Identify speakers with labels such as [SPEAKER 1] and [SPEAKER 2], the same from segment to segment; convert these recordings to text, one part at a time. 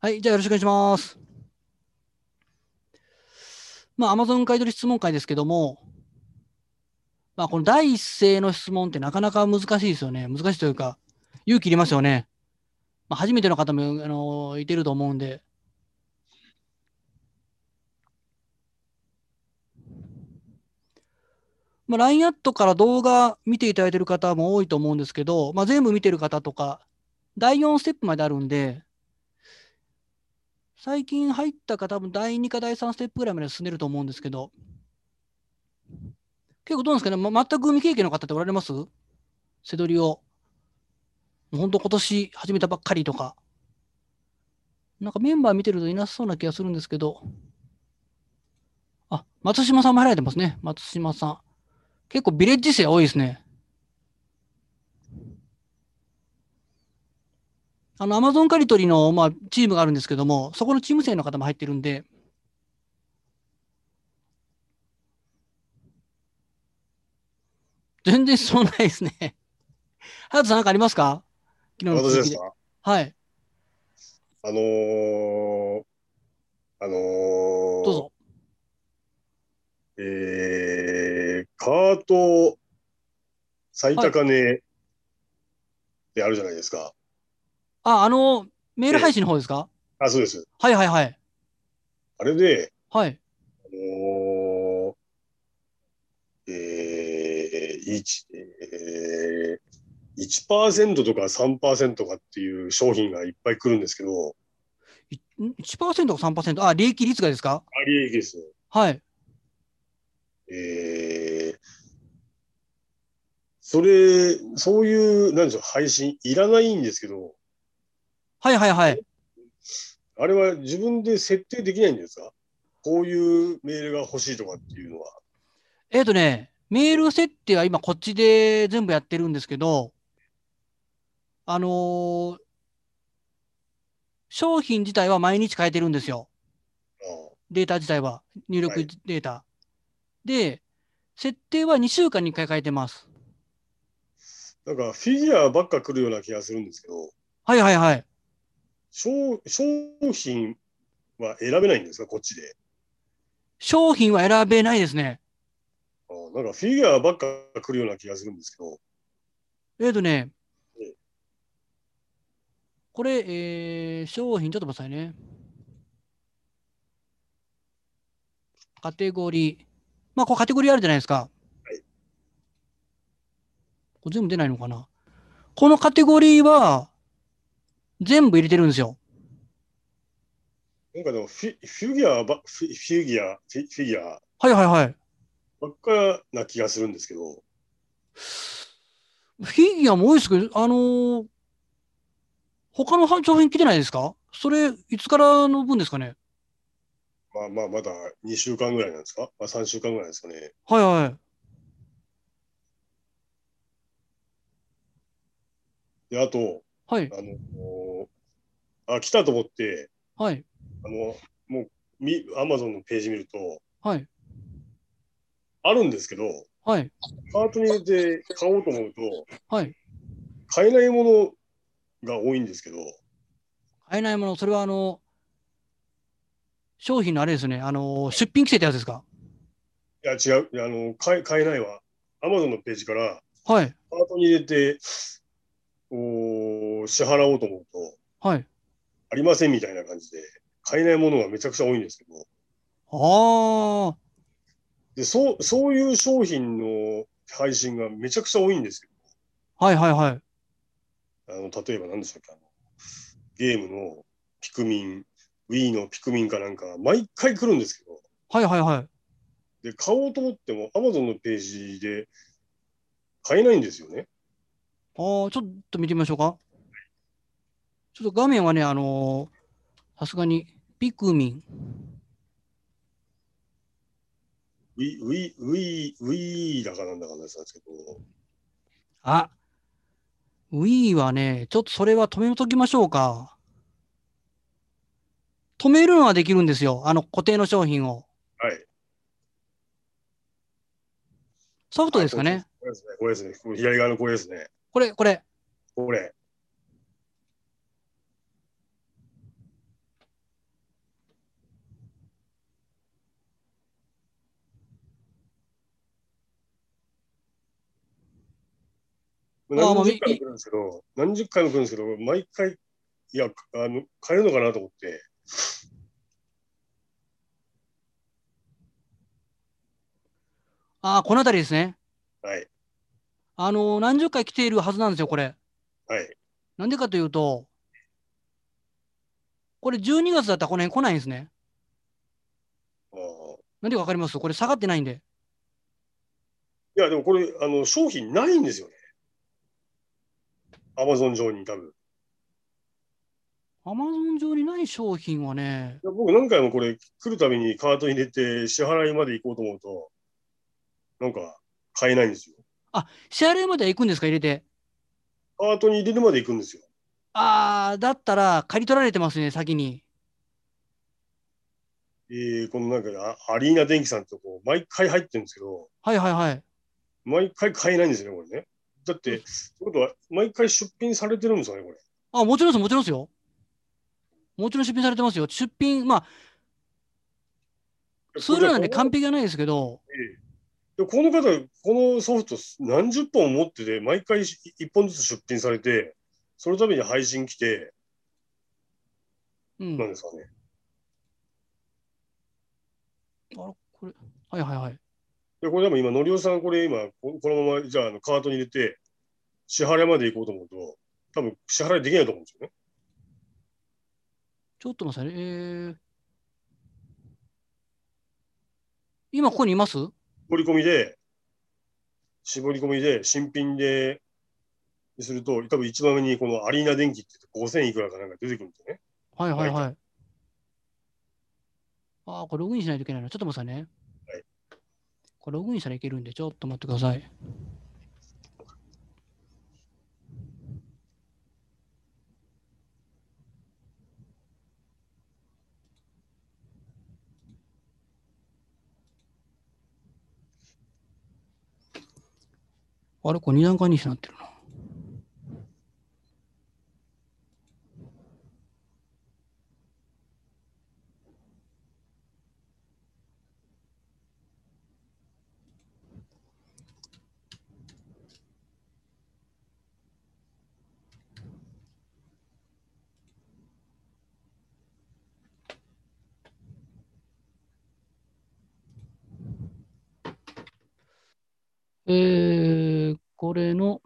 [SPEAKER 1] はい、じゃあよろしくお願いします。まあ、Amazon 買取質問会ですけども、まあ、この第一声の質問ってなかなか難しいですよね。難しいというか、勇気いりますよね。まあ、初めての方も、あのいてると思うんで。まあ、LINE アットから動画見ていただいてる方も多いと思うんですけど、まあ、全部見てる方とか、第4ステップまであるんで、最近入った方も第2か第3ステップぐらいまで進んでると思うんですけど、結構どうなんですかね、ま、全く未経験の方っておられますせどりを。もう本当今年始めたばっかりとか。なんかメンバー見てるといなそうな気がするんですけど。あ、松島さんも入られてますね。松島さん。結構ビレッジ生多いですね。あの、アマゾン刈り取りの、まあ、チームがあるんですけども、そこのチーム生の方も入ってるんで、全然そうないですね。ハヤトさん何かありますか昨日の
[SPEAKER 2] 私
[SPEAKER 1] 続
[SPEAKER 2] で
[SPEAKER 1] き
[SPEAKER 2] す
[SPEAKER 1] で。
[SPEAKER 2] か
[SPEAKER 1] はい、
[SPEAKER 2] あのー、あのー、
[SPEAKER 1] どうぞ。
[SPEAKER 2] えー、カート最高値であるじゃないですか。
[SPEAKER 1] あ、あの、メール配信の方ですか
[SPEAKER 2] あ、そうです。
[SPEAKER 1] はいはいはい。
[SPEAKER 2] あれで、
[SPEAKER 1] はい。
[SPEAKER 2] あのー、えー、1、えー、1%とか3%とかっていう商品がいっぱい来るんですけど、
[SPEAKER 1] いん1%か3%。あ、利益率がですか
[SPEAKER 2] ありえですね。
[SPEAKER 1] はい。
[SPEAKER 2] えーそれ、そういう、なんでしょう、配信いらないんですけど、
[SPEAKER 1] はいはいはい。
[SPEAKER 2] あれは自分で設定できないんですかこういうメールが欲しいとかっていうのは。
[SPEAKER 1] えっ、とね、メール設定は今こっちで全部やってるんですけど、あのー商品自体は毎日変えてるんですよ。データ自体は、入
[SPEAKER 2] は
[SPEAKER 1] 力
[SPEAKER 2] い
[SPEAKER 1] データ。で、設定は2週間に1回変えてます。
[SPEAKER 2] ああなんかフィギュアばっか来るような気がするんですけど、
[SPEAKER 1] はいはいはい。
[SPEAKER 2] 商商品は選べないんですかこっちで。
[SPEAKER 1] 商品は選べないですね。
[SPEAKER 2] ああなんかフィギュアばっか来るような気がするんですけど、
[SPEAKER 1] えっ、とね
[SPEAKER 2] ええ、
[SPEAKER 1] これ、えー商品、ちょっと待ってくださいね。カテゴリー。まあ、これカテゴリーあるじゃないですか。
[SPEAKER 2] い
[SPEAKER 1] これ全部出ないのかな。このカテゴリーは、全部入れてるんですよ。
[SPEAKER 2] なんかでもフィフィギュアばフィフィギュア、フィフィギュア
[SPEAKER 1] はいはいはい。
[SPEAKER 2] ばっかな気がするんですけど、
[SPEAKER 1] フィギュアも多いですけど、あのー他の商品来てないですかそれ、いつからの分ですかね
[SPEAKER 2] まあまあ、まだ2週間ぐらいなんですか、まあ、?3 週間ぐらいですかね。
[SPEAKER 1] はいはい。
[SPEAKER 2] で、あと、
[SPEAKER 1] はい。
[SPEAKER 2] あの、あ、来たと思って、
[SPEAKER 1] はい。
[SPEAKER 2] あの、もう、み、アマゾンのページ見ると、
[SPEAKER 1] はい。
[SPEAKER 2] あるんですけど、
[SPEAKER 1] はい。
[SPEAKER 2] カートに入れて買おうと思うと、
[SPEAKER 1] はい。
[SPEAKER 2] 買えないものが多いんですけど、
[SPEAKER 1] 買えないもの、それはあの、商品のあれですね、あの、出品規制ってやつですか
[SPEAKER 2] いや、違う、いやあの、買え、買えないわ。アマゾンのページから、
[SPEAKER 1] はい、
[SPEAKER 2] カートに入れて、お支払おうと思うと、
[SPEAKER 1] はい。
[SPEAKER 2] ありませんみたいな感じで、買えないものがめちゃくちゃ多いんですけど、
[SPEAKER 1] ああ、
[SPEAKER 2] で、そう、そういう商品の配信がめちゃくちゃ多いんです
[SPEAKER 1] はいはいはい。
[SPEAKER 2] よ。あの、例えば何でしたっけ、あの、ゲームのピクミン、Wii のピクミンかなんか、毎回来るんですけど、
[SPEAKER 1] はいはいはい。
[SPEAKER 2] で、買おうと思っても Amazon のページで買えないんですよね。
[SPEAKER 1] あーちょっと見てみましょうか。ちょっと画面はね、あのーさすがに、ピクミン。
[SPEAKER 2] Wii、Wii、Wii、Wii だかなんだかなんですけど、
[SPEAKER 1] あ、Wii はね、ちょっとそれは止めときましょうか。止めるのはできるんですよ。あの、固定の商品を。
[SPEAKER 2] はい。
[SPEAKER 1] ソフトですかね。
[SPEAKER 2] これですね。これですね。この左側のこれですね。
[SPEAKER 1] これ、これ。
[SPEAKER 2] これ。
[SPEAKER 1] ああもうみ
[SPEAKER 2] 何十回も来るんですけど、何十回も来るんですけど、毎回、いや、あの、買えるのかなと思って、
[SPEAKER 1] ああ、この辺りですね。
[SPEAKER 2] はい、
[SPEAKER 1] あのー何十回来ているはずなんですよ、これ。
[SPEAKER 2] はい。
[SPEAKER 1] なんでかというと、これ12月だったらこの辺来ないんですね。
[SPEAKER 2] あー
[SPEAKER 1] なんでかわかりますこれ下がってないんで。
[SPEAKER 2] いや、でもこれ、あの、商品ないんですよね。アマゾン上に多分。
[SPEAKER 1] アマゾン上にない商品はね、
[SPEAKER 2] いや僕何回もこれ来るたびにカートに入れて支払いまで行こうと思うと、なんか買えないんですよ。
[SPEAKER 1] 支払いまでは行くんですか、入れて。
[SPEAKER 2] カートに入れるまで行くんですよ。
[SPEAKER 1] ああ、だったら、刈り取られてますね、先に。
[SPEAKER 2] えー、このなんかあアリーナ電機さんってとこ、毎回入ってるんですけど、
[SPEAKER 1] はいはいはい。
[SPEAKER 2] 毎回買えないんですよね、これね。だって、ってことは、毎回出品されてるんですかね、これ。
[SPEAKER 1] あ、もちろんです、もちろんですよ。もちろん出品されてますよ。出品、まあ、ツールなんで完璧じゃないですけど、
[SPEAKER 2] でこの方、このソフト何十本持ってて、毎回し一本ずつ出品されて、そのために配信来て、
[SPEAKER 1] う
[SPEAKER 2] なん
[SPEAKER 1] ん。
[SPEAKER 2] ですかね。
[SPEAKER 1] あらこれ、はいはいはい。
[SPEAKER 2] で、これでも今、のりおさん、これ今、ここのまま、じゃあ、あのカートに入れて、支払いまで行こうと思うと、多分支払いできないと思うんですよね。
[SPEAKER 1] ちょっと待ってくださいね。えー、今ここにいます
[SPEAKER 2] 絞り込みで、絞り込みで、新品で、すると、多分一番上にこのアリーナ電機って言って5000いくらかなんか出てくるんですよね。
[SPEAKER 1] はいはいはい。ああ、これログインしないといけないな。ちょっと待ってくださいね。
[SPEAKER 2] はい
[SPEAKER 1] これログインしたらいけるんで、ちょっと待ってください。あれこれ二段階にしなってるな。えー、これの、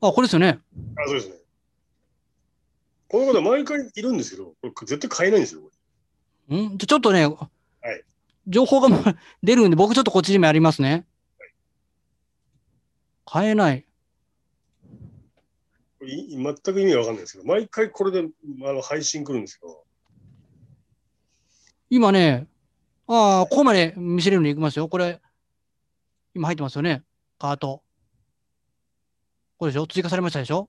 [SPEAKER 1] あ、これですよね。
[SPEAKER 2] あ、そうですね。この方、毎回いるんですけど、これ絶対買えないんですよ、こ
[SPEAKER 1] んじゃちょっとね、
[SPEAKER 2] い
[SPEAKER 1] 情報がもう出るんで、僕ちょっとこっちにもありますね。買えない。
[SPEAKER 2] れこれい全く意味がわかんないですけど、毎回これであの配信来るんですけど、
[SPEAKER 1] 今ね、ああ、ここまで見せれるのに行きますよ。これ、今入ってますよね。カート。これでしょ追加されましたでしょ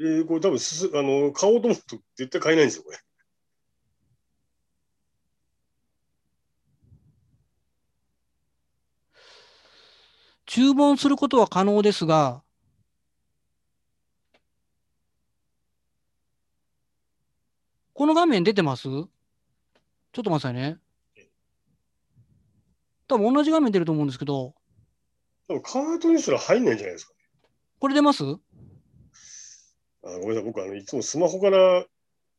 [SPEAKER 2] えー、これ多分すすあの買おうと思うと絶対買えないんですよ、これ。
[SPEAKER 1] 注文することは可能ですが、この画面出てますちょっと待ってくださいね。多分同じ画面出ると思うんですけど、
[SPEAKER 2] 多分カートにすら入んないんじゃないですか。
[SPEAKER 1] これ出ます
[SPEAKER 2] あごめんなさい、僕あの、いつもスマホから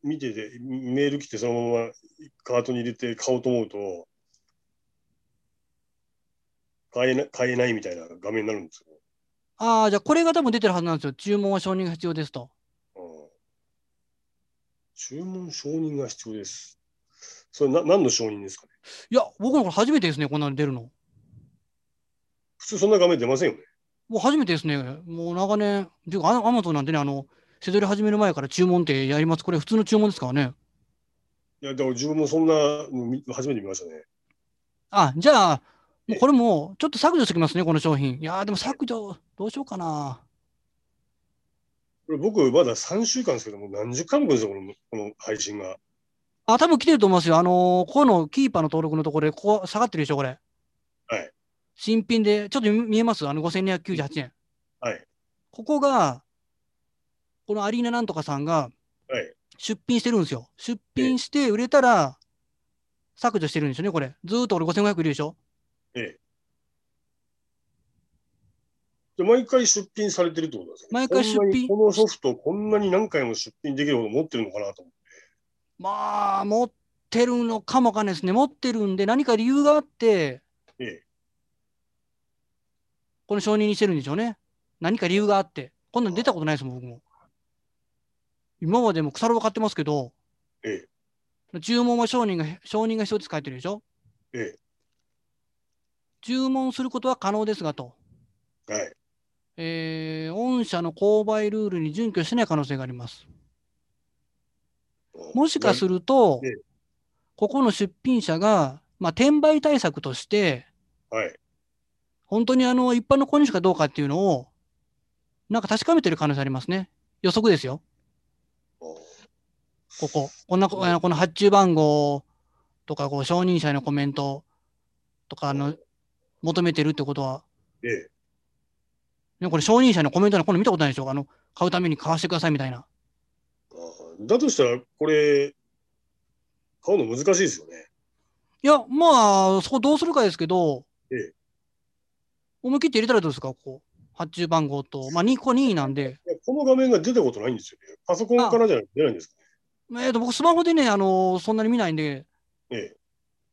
[SPEAKER 2] 見てて、メール来て、そのままカートに入れて買おうと思うと、買えな買えないみたいな画面になるんですよ。
[SPEAKER 1] ああ、じゃあこれが多分出てるはずなんですよ。注文は承認が必要ですと。
[SPEAKER 2] うん注文承認が必要です。それな何の承認ですかね
[SPEAKER 1] いや、僕のこれ初めてですね、こんなの出るの。
[SPEAKER 2] 普通そんな画面出ませんよね。
[SPEAKER 1] もう初めてですね。もう長年、ていうか、アアマゾンなんてね、あの、せどり始める前から注文ってやります。これ普通の注文ですからね。
[SPEAKER 2] いや、だから自分もそんなの見初めて見ましたね。
[SPEAKER 1] あ、じゃあ、もうこれもうちょっと削除してきますね、この商品。いやー、でも削除、どうしようかな。
[SPEAKER 2] これ僕、まだ3週間ですけども、何十回も来るんですよ、このこの配信が。
[SPEAKER 1] あ、多分来てると思いますよ。あのーここのキーパーの登録のところで、ここ下がってるでしょ、これ。
[SPEAKER 2] はい
[SPEAKER 1] 新品で、ちょっと見えますあの5298円。
[SPEAKER 2] はい。
[SPEAKER 1] ここが、このアリーナなんとかさんが
[SPEAKER 2] はい。
[SPEAKER 1] 出品してるんですよ。出品して売れたら削除してるんですよね、これ。ずーっと俺5500いるでしょ
[SPEAKER 2] で、毎回出品されてるってことなんですか
[SPEAKER 1] 毎回出品
[SPEAKER 2] こんなにこのソフト、こんなに何回も出品できるほど持ってるのかなと思
[SPEAKER 1] まあ、持ってるのかもわかんないですね。持ってるんで、何か理由があって、
[SPEAKER 2] って。え
[SPEAKER 1] この承認にしてるんでしょうね。何か理由があって。こんなの出たことないですもん、僕も。今までも腐るを買ってますけど、
[SPEAKER 2] え
[SPEAKER 1] 注文は商人が、商人が一つ書いてるでしょ
[SPEAKER 2] ええ
[SPEAKER 1] 注文することは可能ですがと。
[SPEAKER 2] え。はい。
[SPEAKER 1] えー御社の購買ルールに準拠してない可能性があります。もしかす
[SPEAKER 2] る。
[SPEAKER 1] ると
[SPEAKER 2] ええ、
[SPEAKER 1] ここの出品者が、まあ、転売対策として、
[SPEAKER 2] はい。
[SPEAKER 1] 本当にあの一般の購入者かどうかっていうのを、なんか確かめてる可能性ありますね。予測ですよ。ここ。こんな、こあのこの発注番号とか、こう、承認者へのコメントとか、あの、求めてるってことは、
[SPEAKER 2] ええ。
[SPEAKER 1] ね、これ承認者のコメントなんかこんなの見たことないでしょうかあの、買うために買わせてくださいみたいな。
[SPEAKER 2] あーだとしたら、これ、買うの難しいですよね。
[SPEAKER 1] いや、まあ、そこどうするかですけど、
[SPEAKER 2] ええ
[SPEAKER 1] 思い切って入れたらどうですかここ。発注番号と、まあ、2個2位なんで、
[SPEAKER 2] いやこの画面が出たことないんですよね。パソコンからじゃ出ないんですか
[SPEAKER 1] えっ、と、僕スマホでね、あのそんなに見ないんで、
[SPEAKER 2] ね。え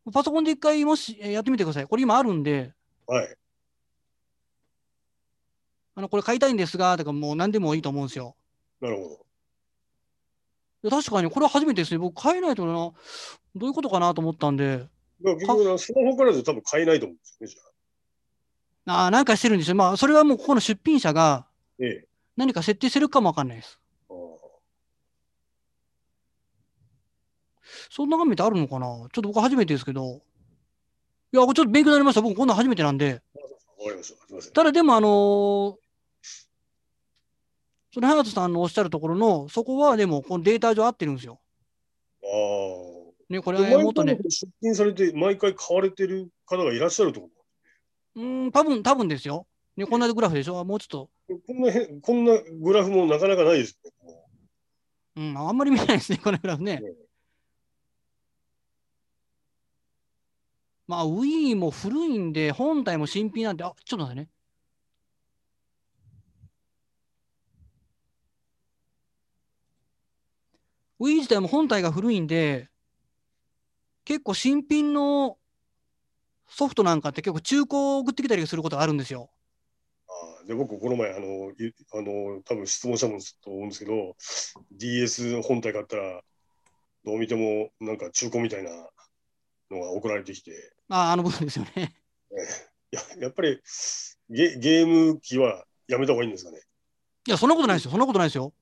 [SPEAKER 2] え。
[SPEAKER 1] パソコンで一回もしえーやってみてください。これ今あるんで、
[SPEAKER 2] はい。
[SPEAKER 1] あの、これ買いたいんですが、とかもう何でもいいと思うんですよ。
[SPEAKER 2] なるほど。
[SPEAKER 1] いや確かに、これは初めてですね。僕、買えないとな、どういうことかなと思ったんで、
[SPEAKER 2] だから結局、スマホからだと多分買えないと思うんですよね、じゃあ。
[SPEAKER 1] ああ、なんかしてるんでしょう。まあ、それはもう、ここの出品者が
[SPEAKER 2] ええ。
[SPEAKER 1] 何か設定してるかもわかんないです。
[SPEAKER 2] あー
[SPEAKER 1] そんな画面ってあるのかなちょっと僕、初めてですけど。いや、これちょっと勉強になりました。僕、こんなん初めてなんで。
[SPEAKER 2] わかりました。すみません。
[SPEAKER 1] ただ、でも、あのーその隼人さんのおっしゃるところの、そこはでも、このデータ上合ってるんですよ。
[SPEAKER 2] ああ。
[SPEAKER 1] ね、これ
[SPEAKER 2] で
[SPEAKER 1] はもっ
[SPEAKER 2] 毎
[SPEAKER 1] と
[SPEAKER 2] 回
[SPEAKER 1] ね、
[SPEAKER 2] 出品されて、毎回買われてる方がいらっしゃるってこ
[SPEAKER 1] うーん、多分多分ですよ。ね、こんなグラフでしょもうちょっと、
[SPEAKER 2] とこんなへんこんなグラフもなかなかないですね。こ
[SPEAKER 1] うん、あんまり見ないですね、このグラフね。
[SPEAKER 2] ね
[SPEAKER 1] まあ、ウィーも古いんで、本体も新品なんで、あちょっと待ってね。ウィー自体も本体が古いんで、結構新品のソフトなんかって結構中古を送ってきたりすることがあるんですよ。
[SPEAKER 2] うあーで僕、この前、あの、ゆあの多分質問したもんと思うんですけど、DS 本体買ったら、どう見てもなんか中古みたいなのが送られてきて、
[SPEAKER 1] ああ、あの部分ですよね。
[SPEAKER 2] ややっぱりゲゲーム機はやめた方がいいんですかね。
[SPEAKER 1] いや、そんなことないですよ。そんなことないですよ。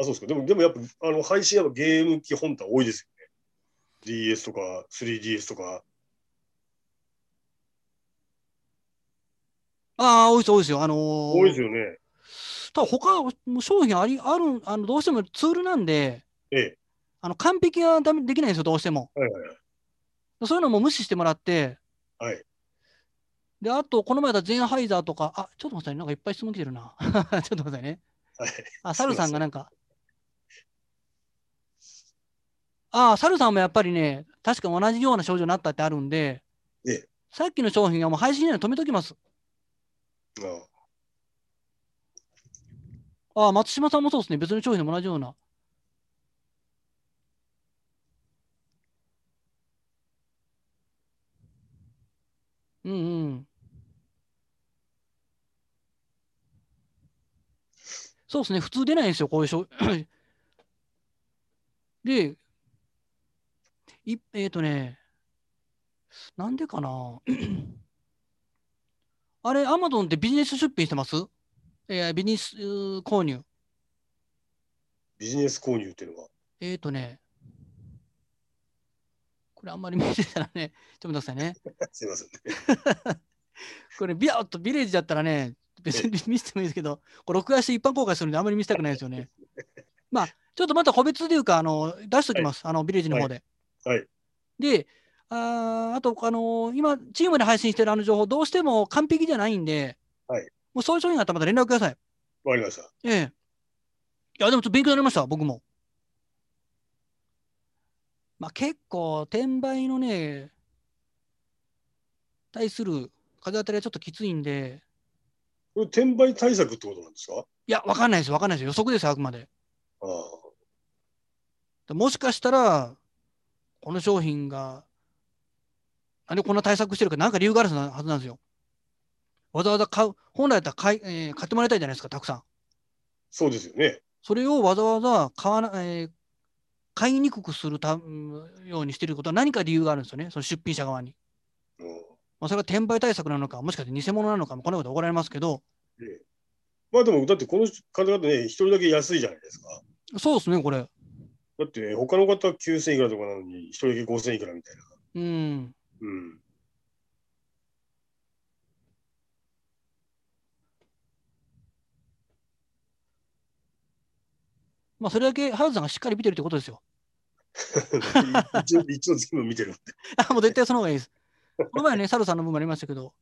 [SPEAKER 2] あ、そうですか。でも、でもやっぱ、あの配信やっぱゲーム機本体多いですよね。DS とか 3DS とか。
[SPEAKER 1] ああ、多いです、多いですよ。あのー、
[SPEAKER 2] 多いですよね。
[SPEAKER 1] ただ他も商品ありあるあのどうしてもツールなんで、
[SPEAKER 2] ええ。
[SPEAKER 1] あの完璧はダメできないんですよ、どうしても。
[SPEAKER 2] はいはいはい。
[SPEAKER 1] そういうのも無視してもらって、
[SPEAKER 2] はい
[SPEAKER 1] であと、この前だとゼンハイザーとか、あちょっと待ってください、なんかいっぱい質問来てるな。 ちょっと待ってくださいね。
[SPEAKER 2] はい
[SPEAKER 1] あ、サルさんがなんか。ああ、サルさんもやっぱりね、確か同じような症状になったってあるんで、
[SPEAKER 2] ええ
[SPEAKER 1] さっきの商品はもう配信で止めときます。
[SPEAKER 2] あ
[SPEAKER 1] ああ、松島さんもそうですね。別の商品でも同じような。うんうん。そうですね。普通出ないんですよ、こういう商 で、いえっ、とね、なんでかな あれ、アマゾンってビジネス出品してますえービジネスうー購入。
[SPEAKER 2] ビジネス購入っていうのは、
[SPEAKER 1] えーとね、これあんまり見てたらね、ちょっと待ってくださいね。
[SPEAKER 2] すいません。
[SPEAKER 1] これ、ビャーっとビレッジだったらね、別に見せてもいいですけど、これ録画して一般公開するんであんまり見せたくないですよね。まあ、ちょっとまた個別というか、あの出しときます、あのビレッジの方で。
[SPEAKER 2] はいはい
[SPEAKER 1] で、あーあと、あのー今、チームで配信してるあの情報、どうしても完璧じゃないんで、
[SPEAKER 2] はい
[SPEAKER 1] もうそういう商品があったらまた連絡ください。
[SPEAKER 2] わかりました。
[SPEAKER 1] ええ。いや、でもちょっと勉強になりました、僕も。まあ結構、転売のね、対する風当たりはちょっときついんで、
[SPEAKER 2] これ、転売対策ってことなんですか
[SPEAKER 1] いや、わかんないです、わかんないです。予測ですよ、あくまで。
[SPEAKER 2] ああ
[SPEAKER 1] でもしかしたら、この商品が、なんでこんな対策してるか、なんか理由があるはずなんですよ。わざわざ買う、本来だったら買い、えー買ってもらいたいじゃないですか、たくさん。
[SPEAKER 2] そうですよね。
[SPEAKER 1] それをわざわざ買わな、えー買いにくくするたうんようにしてることは何か理由があるんですよね、その出品者側に。
[SPEAKER 2] うん
[SPEAKER 1] まあ、それが転売対策なのか、もしかして偽物なのか、こんなこと怒られますけど、
[SPEAKER 2] まあでも、だってこの方々ね、一人だけ安いじゃないですか。
[SPEAKER 1] そうですね、これ。
[SPEAKER 2] だって、他の方は9000いくらとかなのに、一人だけ5000いくらみたいな。
[SPEAKER 1] うん。
[SPEAKER 2] うん。
[SPEAKER 1] まあ、それだけ、ハルさんがしっかり見てるってことですよ。
[SPEAKER 2] 一応一応全部見てるんで。
[SPEAKER 1] あ、もう絶対その方がいいです。この前ね、サルさんの分もありましたけど、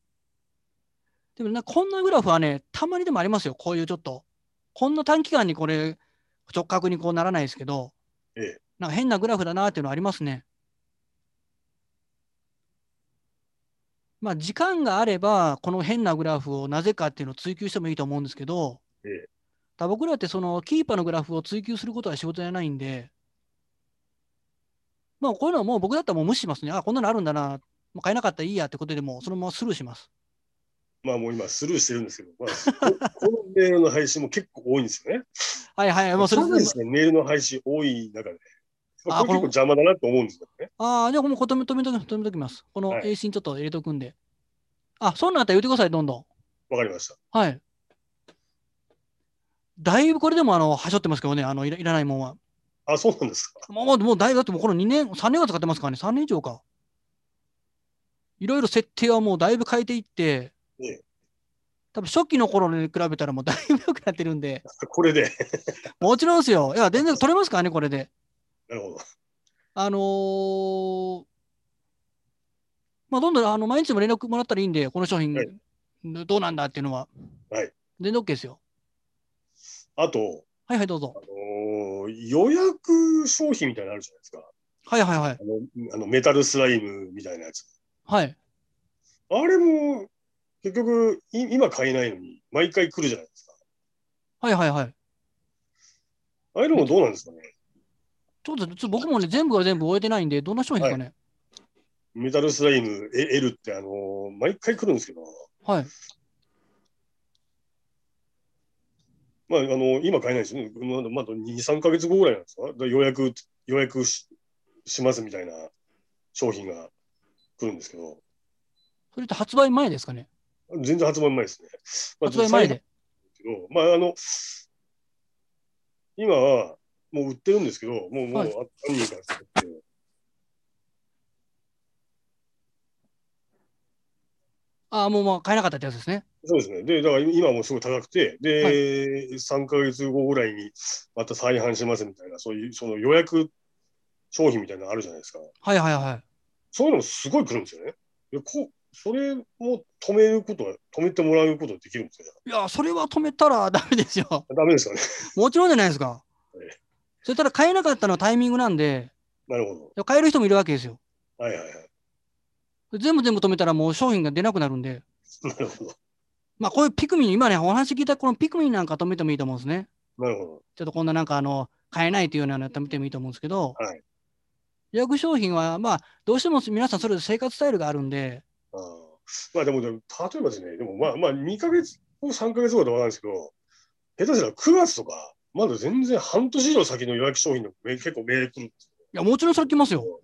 [SPEAKER 1] でもなんかこんなグラフはね、たまにでもありますよ、こういうちょっと。こんな短期間にこれ、直角にこうならないですけど、
[SPEAKER 2] ええ
[SPEAKER 1] なんか変なグラフだなっていうのはありますね。まあ、時間があれば、この変なグラフをなぜかっていうのを追求してもいいと思うんですけど、
[SPEAKER 2] ええ
[SPEAKER 1] だから僕らってそのキーパーのグラフを追求することは仕事じゃないんで、まあ、こういうのはもう僕だったらもう無視しますね。あ、こんなのあるんだな。もう買えなかったらいいやってことでもうそのままスルーします。
[SPEAKER 2] まあもう今スルーしてるんですけど、まあ、こ このメールの配信も結構多いんですよね。
[SPEAKER 1] はいはい。もうそれ
[SPEAKER 2] かなりですね、メールの配信多い中で。まあ、
[SPEAKER 1] あ
[SPEAKER 2] これ
[SPEAKER 1] この
[SPEAKER 2] 結構邪魔だなと思うんですよね。
[SPEAKER 1] ああ、じゃあもうこれ止め止めとき止めときます。この
[SPEAKER 2] はい
[SPEAKER 1] 英信ちょっと入れとくんで。あ、そうなんだったら言ってください、どんどん。
[SPEAKER 2] わかりました。
[SPEAKER 1] はい。だいぶこれでもあの、はしょってますけどね、あのいらいらないもんは。
[SPEAKER 2] あ、そうなんですか。
[SPEAKER 1] もう、もうだいぶだってもうこの2年、3年は使ってますからね、3年以上か。いろいろ設定はもうだいぶ変えていって、
[SPEAKER 2] ええ
[SPEAKER 1] 多分初期の頃に比べたらもうだいぶ良くなってるんで、
[SPEAKER 2] これで。
[SPEAKER 1] もちろんですよ。いや、全然取れますからね、これで。
[SPEAKER 2] なるほど。
[SPEAKER 1] あのーまあ、どんどんあの毎日でも連絡もらったらいいんで、この商品
[SPEAKER 2] はい
[SPEAKER 1] どうなんだっていうのは。
[SPEAKER 2] はい
[SPEAKER 1] 全然 OK ですよ。
[SPEAKER 2] あと、
[SPEAKER 1] はいはい、どうぞ
[SPEAKER 2] あ。のー予約商品みたいなのあるじゃないですか。
[SPEAKER 1] はいはいはい。
[SPEAKER 2] あのあのメタルスライムみたいなやつ。
[SPEAKER 1] はい。
[SPEAKER 2] あれも結局い今買えないのに毎回来るじゃないですか。
[SPEAKER 1] はいはいはい。
[SPEAKER 2] ああいうのもどうなんですかね。
[SPEAKER 1] ちょっとちょっと僕もね、全部が全部終えてないんで、どんな商品ですかね。
[SPEAKER 2] メタルスライムえ L ってあのー毎回来るんですけど、
[SPEAKER 1] はい。
[SPEAKER 2] まああのー今買えないですよね。まだまだ2、3ヶ月後ぐらいなんですか。で予約予約ししますみたいな商品が来るんですけど、
[SPEAKER 1] それって発売前ですかね。
[SPEAKER 2] 全然発売前ですね。まあ
[SPEAKER 1] 発売前で。
[SPEAKER 2] けど、まあ、あの、今はもう売ってるんですけど、もう、もう、あ
[SPEAKER 1] はい
[SPEAKER 2] 何人か作って。
[SPEAKER 1] ああ、もうまあ買えなかったってやつですね。
[SPEAKER 2] そうですね。で、だから今もうすごい高くて、で、3ヶ月後ぐらいにまた再販しますみたいな、そういう、その予約商品みたいなのあるじゃないですか。
[SPEAKER 1] はいはいはい。
[SPEAKER 2] そういうのもすごい来るんですよね。でこそれも止めることは、止めてもらうことはできるんですよ。
[SPEAKER 1] いや、それは止めたらダメですよ。
[SPEAKER 2] ダメですかね。
[SPEAKER 1] もちろんじゃないですか
[SPEAKER 2] え。
[SPEAKER 1] それたら買えなかったのはタイミングなんで、
[SPEAKER 2] なるほ
[SPEAKER 1] 買える人もいるわけですよ。
[SPEAKER 2] ど。はいはいはい。
[SPEAKER 1] 全部全部止めたらもう商品が出なくなるんで、
[SPEAKER 2] なるほど。
[SPEAKER 1] まあこういうピクミン、今ね、お話聞いたこのピクミンなんか止めてもいいと思うんですね。
[SPEAKER 2] なるほど。
[SPEAKER 1] ちょっとこんななんかあの、買えないというようなのやってみてもいいと思うんですけど、
[SPEAKER 2] はい
[SPEAKER 1] 予約商品はまあ、どうしても皆さんそれぞれ生活スタイルがあるんで、
[SPEAKER 2] あーまあでも、でも例えばですね、でもまあまあ2ヶ月後、3ヶ月後だとわかんないですけど、下手したら9月とか、まだ全然半年以上先の予約商品のメ結構メール来るんです
[SPEAKER 1] いや、もちろんそれ来ますよ。
[SPEAKER 2] よ。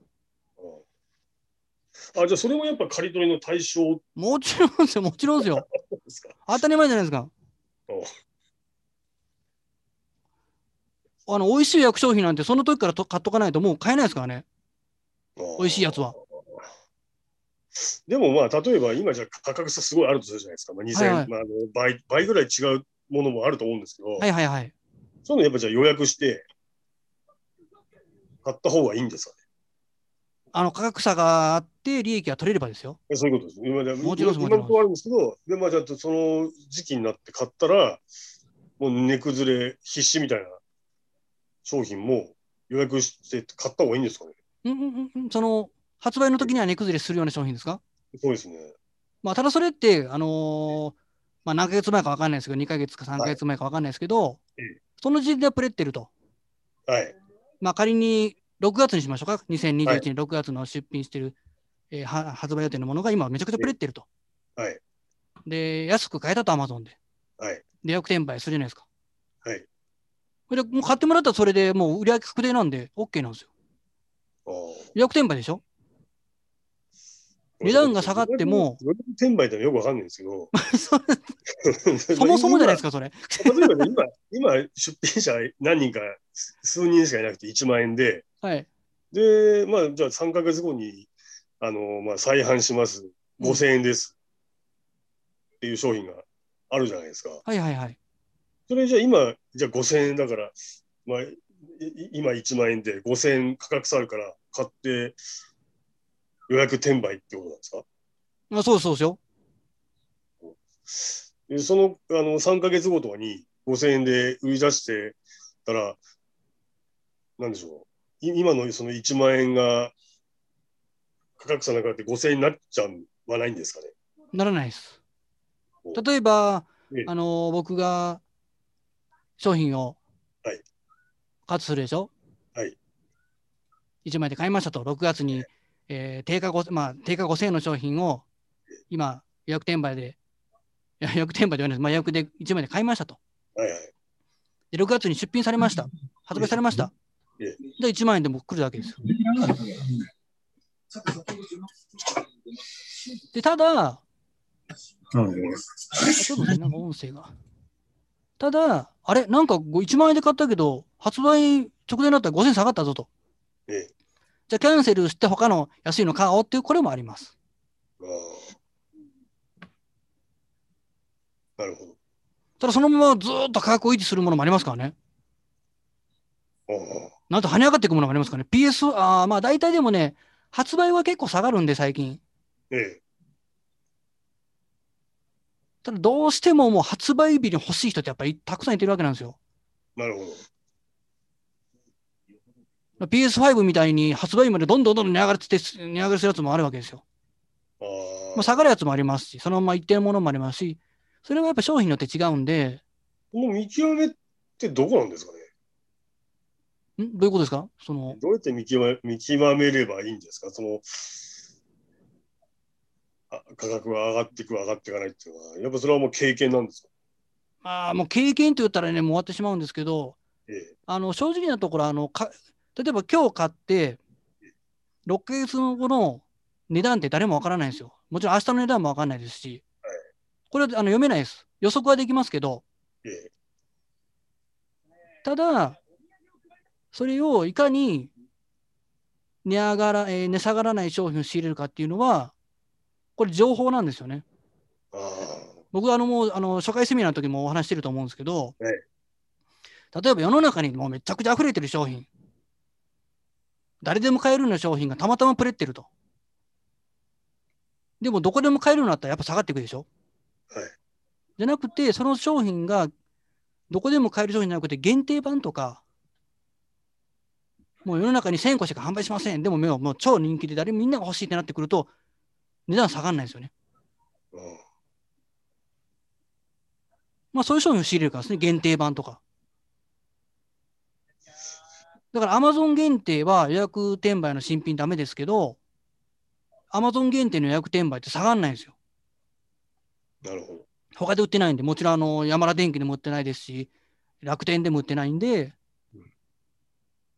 [SPEAKER 2] うんあ、じゃあそれもやっぱ刈り取りの対象
[SPEAKER 1] もちろんですよ、もちろんです よ。
[SPEAKER 2] ですか
[SPEAKER 1] 当たり前じゃないですか。あの、美味しい薬商品なんて、その時からと買っとかないともう買えないですからね。美
[SPEAKER 2] 美
[SPEAKER 1] 味しいやつは。
[SPEAKER 2] でもまあ、例えば今じゃ価格差すごいあるとするじゃないですか。まあ、2000、
[SPEAKER 1] はいはい
[SPEAKER 2] まあ、あの倍倍ぐらい違うものもあると思うんですけど、
[SPEAKER 1] はいはいはい。
[SPEAKER 2] そういうのやっぱじゃあ予約して、買った方がいいんですかね。
[SPEAKER 1] あの価格差があって利益が取れればですよ。
[SPEAKER 2] そういうことです。今で
[SPEAKER 1] もちろんですもち
[SPEAKER 2] 今
[SPEAKER 1] ろんです
[SPEAKER 2] のところあるんですけど、で、まあ、ちょっとその時期になって買ったら、もう値崩れ必死みたいな商品も予約して買った方がいいんですかね。
[SPEAKER 1] うんうんうんうん、その発売の時には値崩れするような商品ですか、
[SPEAKER 2] そうですね。
[SPEAKER 1] まあ、ただそれって、あのーまあ、何ヶ月前か分かんないですけど、2ヶ月か3ヶ月前か分かんないですけど、
[SPEAKER 2] え
[SPEAKER 1] その時点ではプレってると。
[SPEAKER 2] はい。
[SPEAKER 1] まあ、仮に6月にしましょうか、2021年6月の出品してる、えーは発売予定のものが今めちゃくちゃプレってると。
[SPEAKER 2] はい。
[SPEAKER 1] で、安く買えたと、アマゾンで。
[SPEAKER 2] はい。
[SPEAKER 1] で、逆転売するじゃないですか。
[SPEAKER 2] はい。
[SPEAKER 1] それで、もう買ってもらったらそれでもう売り上げ確定なんで、OK なんですよ。
[SPEAKER 2] あー
[SPEAKER 1] 逆転売でしょ値段が下がっても。
[SPEAKER 2] 予約転売ってのはよくわかんないんですけど。
[SPEAKER 1] そ そもそもじゃないですか、それ。
[SPEAKER 2] か。例えばね、 今、今出品者何人か、数人しかいなくて1万円で、
[SPEAKER 1] はい。
[SPEAKER 2] で、まあ、じゃあ3ヶ月後に、あの、まあ、再販します。5000円です。っていう商品があるじゃないですか。
[SPEAKER 1] はいはいはい。
[SPEAKER 2] それじゃあ今、じゃあ5000円だから、まあ、いい今1万円で5000円価格差あるから買って予約転売ってことなんですか
[SPEAKER 1] まあ、そうそうですよ。
[SPEAKER 2] でそのあの3ヶ月後とかに5000円で売り出してたら、なんでしょう、い今のその1万円が価格差なくなって5000円になっちゃうはないんですかね。
[SPEAKER 1] ならないです
[SPEAKER 2] お。
[SPEAKER 1] 例えば
[SPEAKER 2] ええ、
[SPEAKER 1] あの僕が商品を
[SPEAKER 2] はい
[SPEAKER 1] カットするでしょ、
[SPEAKER 2] はい、
[SPEAKER 1] 1枚で買いましたと、6月に、えー定価5、まあ、定価5000円の商品を今、予約転売で、いや予約転売ではないです、まあ、予約で1枚で買いましたと。
[SPEAKER 2] はいはい。
[SPEAKER 1] で6月に出品されました。発売されました。
[SPEAKER 2] ええ
[SPEAKER 1] で、1万円でも来るだけですよ。で、ただ、
[SPEAKER 3] なんで
[SPEAKER 1] ちょっとね、なんか音声が。ただ、あれ、なんか1万円で買ったけど、発売直前になったら5000円下がったぞと。
[SPEAKER 2] ええ
[SPEAKER 1] じゃあ、キャンセルして他の安いの買おうっていう、これもあります。
[SPEAKER 2] あーなるほど。
[SPEAKER 1] ただ、そのままずーっと価格を維持するものもありますからね。
[SPEAKER 2] あー
[SPEAKER 1] なんと跳ね上がっていくものもありますからね。PS、あーまあ大体でもね、発売は結構下がるんで、最近。
[SPEAKER 2] ええ
[SPEAKER 1] ただ、どうしてももう発売日に欲しい人ってやっぱりたくさんいてるわけなんですよ。
[SPEAKER 2] なるほど。
[SPEAKER 1] PS5 みたいに発売日までどんどんどんどん値上がりして、値上がりするやつもあるわけですよ。
[SPEAKER 2] あー
[SPEAKER 1] まあ、下がるやつもありますし、そのまま一定のものもありますし、それはやっぱ商品によって違うんで、
[SPEAKER 2] この見極めってどこなんですかね
[SPEAKER 1] んどういうことですかその、
[SPEAKER 2] どうやって見極め見極めればいいんですかそのあ価格は上がっていく上がっていかないっていうのはやっぱそれはもう経験なんですか
[SPEAKER 1] まあ、もう経験と言ったらね、もう終わってしまうんですけど、
[SPEAKER 2] ええ
[SPEAKER 1] あの正直なところあのか、例えば今日買って、6ヶ月後の値段って誰もわからないんですよ。もちろん明日の値段もわからないですし、これはあの読めないです。予測はできますけど、
[SPEAKER 2] ええ
[SPEAKER 1] ただ、それをいかに値上がら、えー値下がらない商品を仕入れるかっていうのは、これ情報なんですよね。
[SPEAKER 2] あ
[SPEAKER 1] 僕はあのもうあの初回セミナーの時もお話ししてると思うんですけど、
[SPEAKER 2] は
[SPEAKER 1] 例えば世の中にもうめちゃくちゃ溢れてる商品、誰でも買えるような商品がたまたまプレってると。でもどこでも買えるようになったらやっぱ下がっていくでしょ。
[SPEAKER 2] はい
[SPEAKER 1] じゃなくて、その商品がどこでも買える商品じゃなくて限定版とか、もう世の中に1000個しか販売しません。でももうもう超人気で誰もみんなが欲しいってなってくると、値段下がらないんですよね。
[SPEAKER 2] あうん
[SPEAKER 1] まあ、そういう商品を仕入れるからですね、限定版とか。だから Amazon 限定は予約転売の新品ダメですけど、Amazon 限定の予約転売って下がらないんですよ。
[SPEAKER 2] なるほど
[SPEAKER 1] 他で売ってないんで、もちろんあの、ヤマラ電機でも売ってないですし、楽天でも売ってないんで
[SPEAKER 2] うん、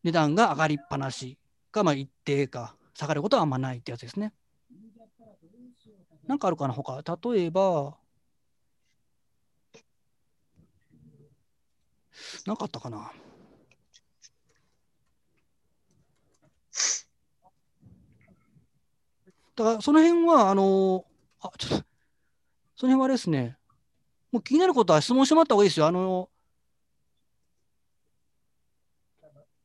[SPEAKER 1] 値段が上がりっぱなしか、まあ一定か、下がることはあんまないってやつですね。なんかあるかな、他。例えば、なかったかな。だからその辺は、あのあ、ちょっと、その辺はあれですね、もう気になることは質問してもらった方がいいですよ。あの、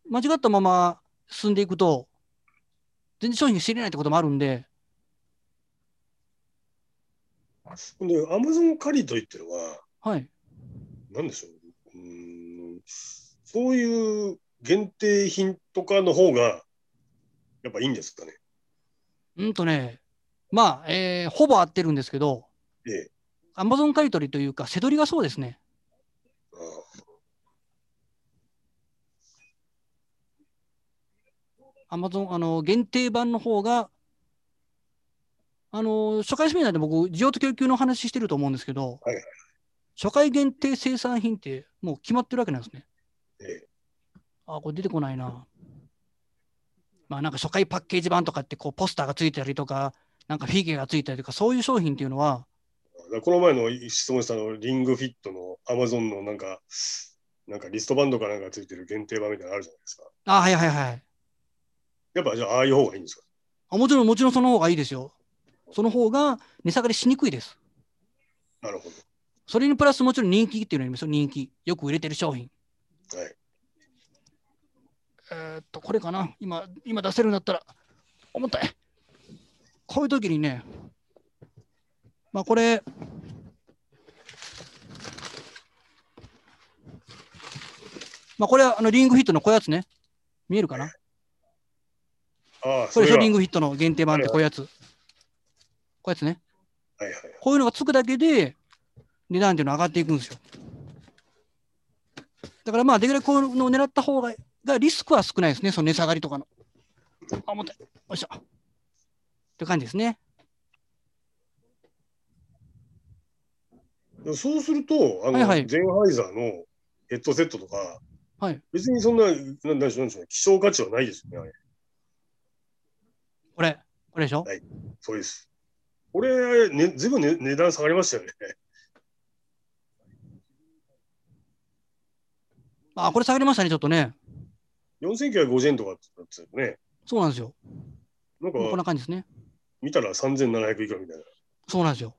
[SPEAKER 1] 間違ったまま進んでいくと、全然商品知れないってこともあるんで、
[SPEAKER 2] ほんで、アマゾンカリーといってのは、
[SPEAKER 1] はい。
[SPEAKER 2] なんでしょう。うーんそういう限定品とかの方が、やっぱいいんですかね。
[SPEAKER 1] うんとね、まあ、えーほぼ合ってるんですけど、
[SPEAKER 2] ええ。
[SPEAKER 1] アマゾン買い取りというか、背取りがそうですね。
[SPEAKER 2] あ
[SPEAKER 1] アマゾン、あの、限定版の方が、あの、初回指名なんで僕、需要と供給の話してると思うんですけど、
[SPEAKER 2] はいはい
[SPEAKER 1] 初回限定生産品ってもう決まってるわけなんですね。
[SPEAKER 2] ーえ
[SPEAKER 1] あ、これ出てこないな。まあなんか初回パッケージ版とかってこうポスターがついたりとか、なんかフィギュアがついたりとか、そういう商品っていうのは、
[SPEAKER 2] えだからこの前の質問したのリングフィットのアマゾンのなんか、なんかリストバンドかなんかついてる限定版みたいなのあるじゃないですか。
[SPEAKER 1] あ、はいはいはい。
[SPEAKER 2] やっぱじゃあ、ああいう方がいいんですか
[SPEAKER 1] あもちろん、もちろんその方がいいですよ。その方が値下がりしにくいです。
[SPEAKER 2] なるほど。
[SPEAKER 1] それにプラスもちろん人気っていうのがありますよ、人気。よく売れてる商品。
[SPEAKER 2] はい。
[SPEAKER 1] えーっと、これかな。今、今出せるんだったら、重たい。こういう時にね、まあこれ、まあこれはあのリングフィットのこやつね。見えるかな
[SPEAKER 2] ああ、
[SPEAKER 1] こ
[SPEAKER 2] そ
[SPEAKER 1] れ
[SPEAKER 2] れ
[SPEAKER 1] ショ
[SPEAKER 2] が。は
[SPEAKER 1] リン
[SPEAKER 2] い
[SPEAKER 1] グフィットの限定版ってこういうやつ。こういうやつね。
[SPEAKER 2] はい。
[SPEAKER 1] こういうのがつくだけで、値段っていうのは上がっていくんですよ。だからまあ、できるだけこういうのを狙った方が、がリスクは少ないですね、その値下がりとかの。あ、重たい。よいしょ。って感じですね。
[SPEAKER 2] でもそうすると、あの、
[SPEAKER 1] はいはい
[SPEAKER 2] ゼンハイザーのヘッドセットとか、
[SPEAKER 1] はい
[SPEAKER 2] 別にそんな、なんなんでしょう、なんでしょう、希少価値はないですよね、あれ。
[SPEAKER 1] これ、これでしょ
[SPEAKER 2] は。いそうです。これ、ね、ずいぶん、ね、値段下がりましたよね。
[SPEAKER 1] あ、これ下がりましたね、ちょっとね。
[SPEAKER 2] 4950円とかってなってたよね。
[SPEAKER 1] そうなんですよ。
[SPEAKER 2] なん
[SPEAKER 1] こん
[SPEAKER 2] か、
[SPEAKER 1] な感じですね。
[SPEAKER 2] 見たら3700いくらみたいな。
[SPEAKER 1] そうなんですよ。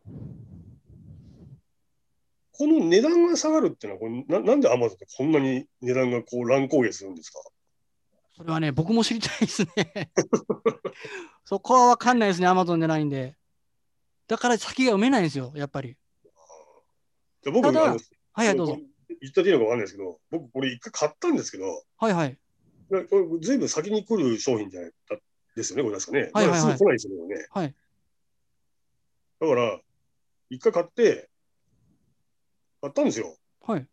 [SPEAKER 2] この値段が下がるってのはこれな、なんでアマゾンってこんなに値段がこう乱高下するんですか
[SPEAKER 1] それはね、僕も知りたいですね。 そこはわかんないですね、アマゾンじゃないんで。だから先が読めないんですよ、やっぱり。
[SPEAKER 2] で僕
[SPEAKER 1] ただ
[SPEAKER 2] あ
[SPEAKER 1] は
[SPEAKER 2] の
[SPEAKER 1] いはい、どうぞ
[SPEAKER 2] こ。れ言ったらいいのかわかんないですけど、僕、これ一回買ったんですけど、
[SPEAKER 1] はいはい。
[SPEAKER 2] なこれずいぶん先に来る商品じゃないだですよね、これ確かね。
[SPEAKER 1] はいはいはい
[SPEAKER 2] まだすぐ来ないですよね。
[SPEAKER 1] はい
[SPEAKER 2] だから、一回買って、買ったんですよ。
[SPEAKER 1] はい。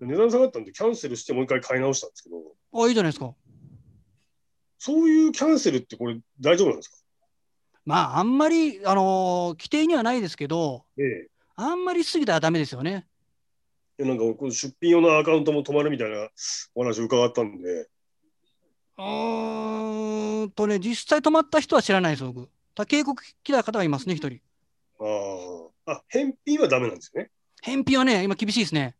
[SPEAKER 2] で値段下がったんで、キャンセルしてもう一回買い直したんですけど、
[SPEAKER 1] あ、いいじゃないですか。
[SPEAKER 2] そういうキャンセルってこれ大丈夫なんですか
[SPEAKER 1] まあ、あんまり、あのー規定にはないですけど、
[SPEAKER 2] ええ。
[SPEAKER 1] あんまり過ぎたらダメですよね。
[SPEAKER 2] でなんかこう出品用のアカウントも止まるみたいなお話を伺ったんで、
[SPEAKER 1] うーんとね、実際止まった人は知らないです、僕。ただ警告来た方がいますね、一人。
[SPEAKER 2] あーあ、返品はダメなんですよね。
[SPEAKER 1] 返品はね、今厳しいですね。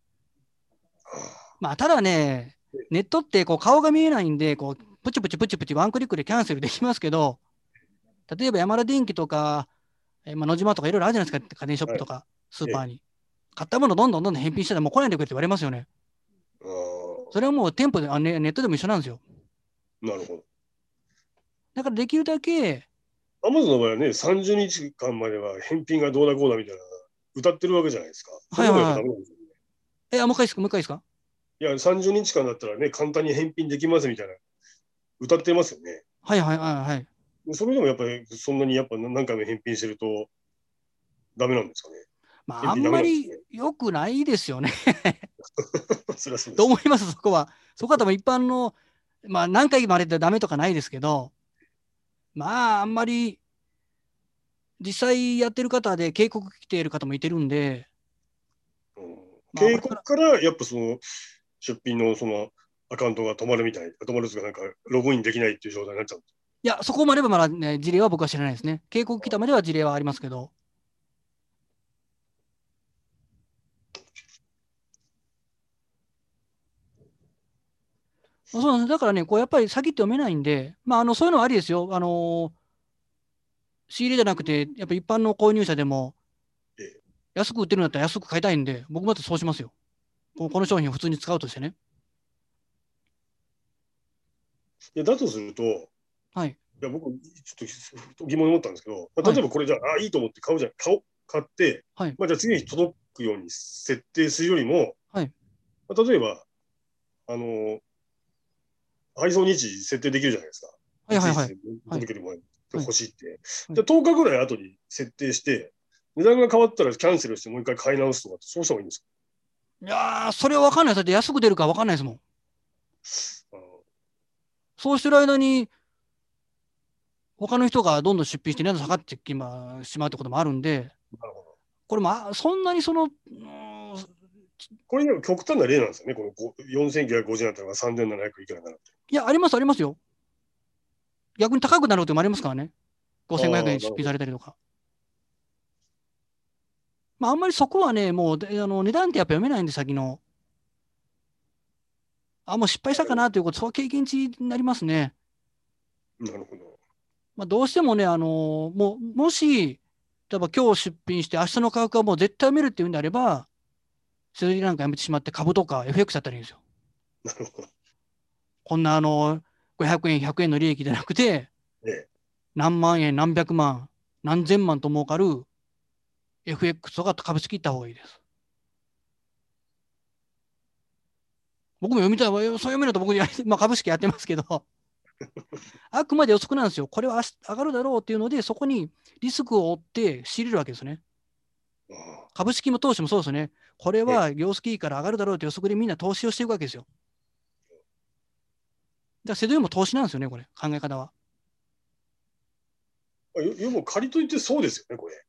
[SPEAKER 2] あー
[SPEAKER 1] まあ、ただね、ネットってこう顔が見えないんで、こうプチプチプチプチワンクリックでキャンセルできますけど、例えば山田電機とか、えーまあ、野島とかいろいろあるじゃないですか、家電ショップとか、スーパーに。買ったものどんどんどんどん返品してたらもう来ないでくれって言われますよね。
[SPEAKER 2] あー
[SPEAKER 1] それはもう店舗で、あねネットでも一緒なんですよ。
[SPEAKER 2] なるほど。
[SPEAKER 1] だからできるだけ、
[SPEAKER 2] アマゾンの場合はね、30日間までは返品がどうだこうだみたいな、歌ってるわけじゃないですか。
[SPEAKER 1] はいはいはい
[SPEAKER 2] そううのがダメなんですよね
[SPEAKER 1] え、あもう一回ですか、もう一回ですか。
[SPEAKER 2] いや、30日間だったらね、簡単に返品できますみたいな、歌ってますよね。
[SPEAKER 1] はいはいはいはい。
[SPEAKER 2] それでもやっぱり、そんなにやっぱ何回も返品してると、ダメなんですかね。
[SPEAKER 1] まあ、あんまり良くないですよね。
[SPEAKER 2] そりゃそうで
[SPEAKER 1] と
[SPEAKER 2] す。
[SPEAKER 1] 思います、そこは。そこは多分一般の、まあ、何回まででダメとかないですけど、まあ、あんまり、実際やってる方で警告来ている方もいてるんで、
[SPEAKER 2] うん
[SPEAKER 1] まあ
[SPEAKER 2] 警告から、やっぱその、出品のその、アカウントが止まるみたい、止まるというか、なんか、ログインできないっていう状態になっちゃう。
[SPEAKER 1] いや、そこまではまだね、事例は僕は知らないですね。警告来たまでは事例はありますけど、そうなんです。だからね、こうやっぱり先って読めないんで、まあ、あのそういうのはありですよ。あのー仕入れじゃなくて、やっぱ一般の購入者でも
[SPEAKER 2] ええ、
[SPEAKER 1] 安く売ってるんだったら安く買いたいんで、僕もだってそうしますよ。ここの商品を普通に使うとしてね。
[SPEAKER 2] いやだとすると、
[SPEAKER 1] はい
[SPEAKER 2] いや僕、ちょっと疑問に思ったんですけど、まあ、例えばこれじゃあ、あいいと思って買うじゃん、買お買って、
[SPEAKER 1] はい
[SPEAKER 2] まあ、じゃあ次に届くように設定するよりも、
[SPEAKER 1] はい
[SPEAKER 2] まあ、例えば、あの、配送日時設定できるじゃないですか。
[SPEAKER 1] はいはいはい
[SPEAKER 2] つ。いつ届ける前に欲しいって。
[SPEAKER 1] はい
[SPEAKER 2] じゃあ10日ぐらい後に設定して、値段が変わったらキャンセルしてもう一回買い直すとかって、そうした方がいいんです
[SPEAKER 1] いやー、それは分かんないです。だって安く出るか分かんないですもん。
[SPEAKER 2] かあの
[SPEAKER 1] そうしてる間に、他の人がどんどん出品して値段下がってきましまうってこともあるんで、
[SPEAKER 2] なるほど。
[SPEAKER 1] これもあそんなにその、うーん
[SPEAKER 2] これでも極端な例なんですよね。このご4950円だったのが3700いくらになるって。
[SPEAKER 1] いや、ありますありますよ。逆に高くなることもありますからね。5500円出品されたりとか。まあ、あんまりそこはね、もうであの値段ってやっぱ読めないんで、先の。あ、もう失敗したかなということ、そう経験値になりますね。
[SPEAKER 2] なるほど。
[SPEAKER 1] まあ、どうしてもね、あのーもうもし、例えば今日出品して、明日の価格はもう絶対埋めるっていうんであれば、セドリなんかやめてしまって、株とか FX だったらいいんですよ。
[SPEAKER 2] なるほど。
[SPEAKER 1] こんなあのー500円、100円の利益じゃなくて、
[SPEAKER 2] ええ
[SPEAKER 1] 何万円、何百万、何千万と儲かる FX とか株式行った方がいいです。僕も読みたいわよ。そう読めると僕やり、まあ、株式やってますけど、あくまで予測なんですよ。これは明日上がるだろうっていうので、そこにリスクを負って仕入れるわけですね。
[SPEAKER 2] あ
[SPEAKER 1] 株式も投資もそうですね。これは業績いいから上がるだろうという予測でみんな投資をしていくわけですよ。だからセドリも投資なんですよね、これ、考え方は。
[SPEAKER 2] あよよも借りといてそうですよね、これ。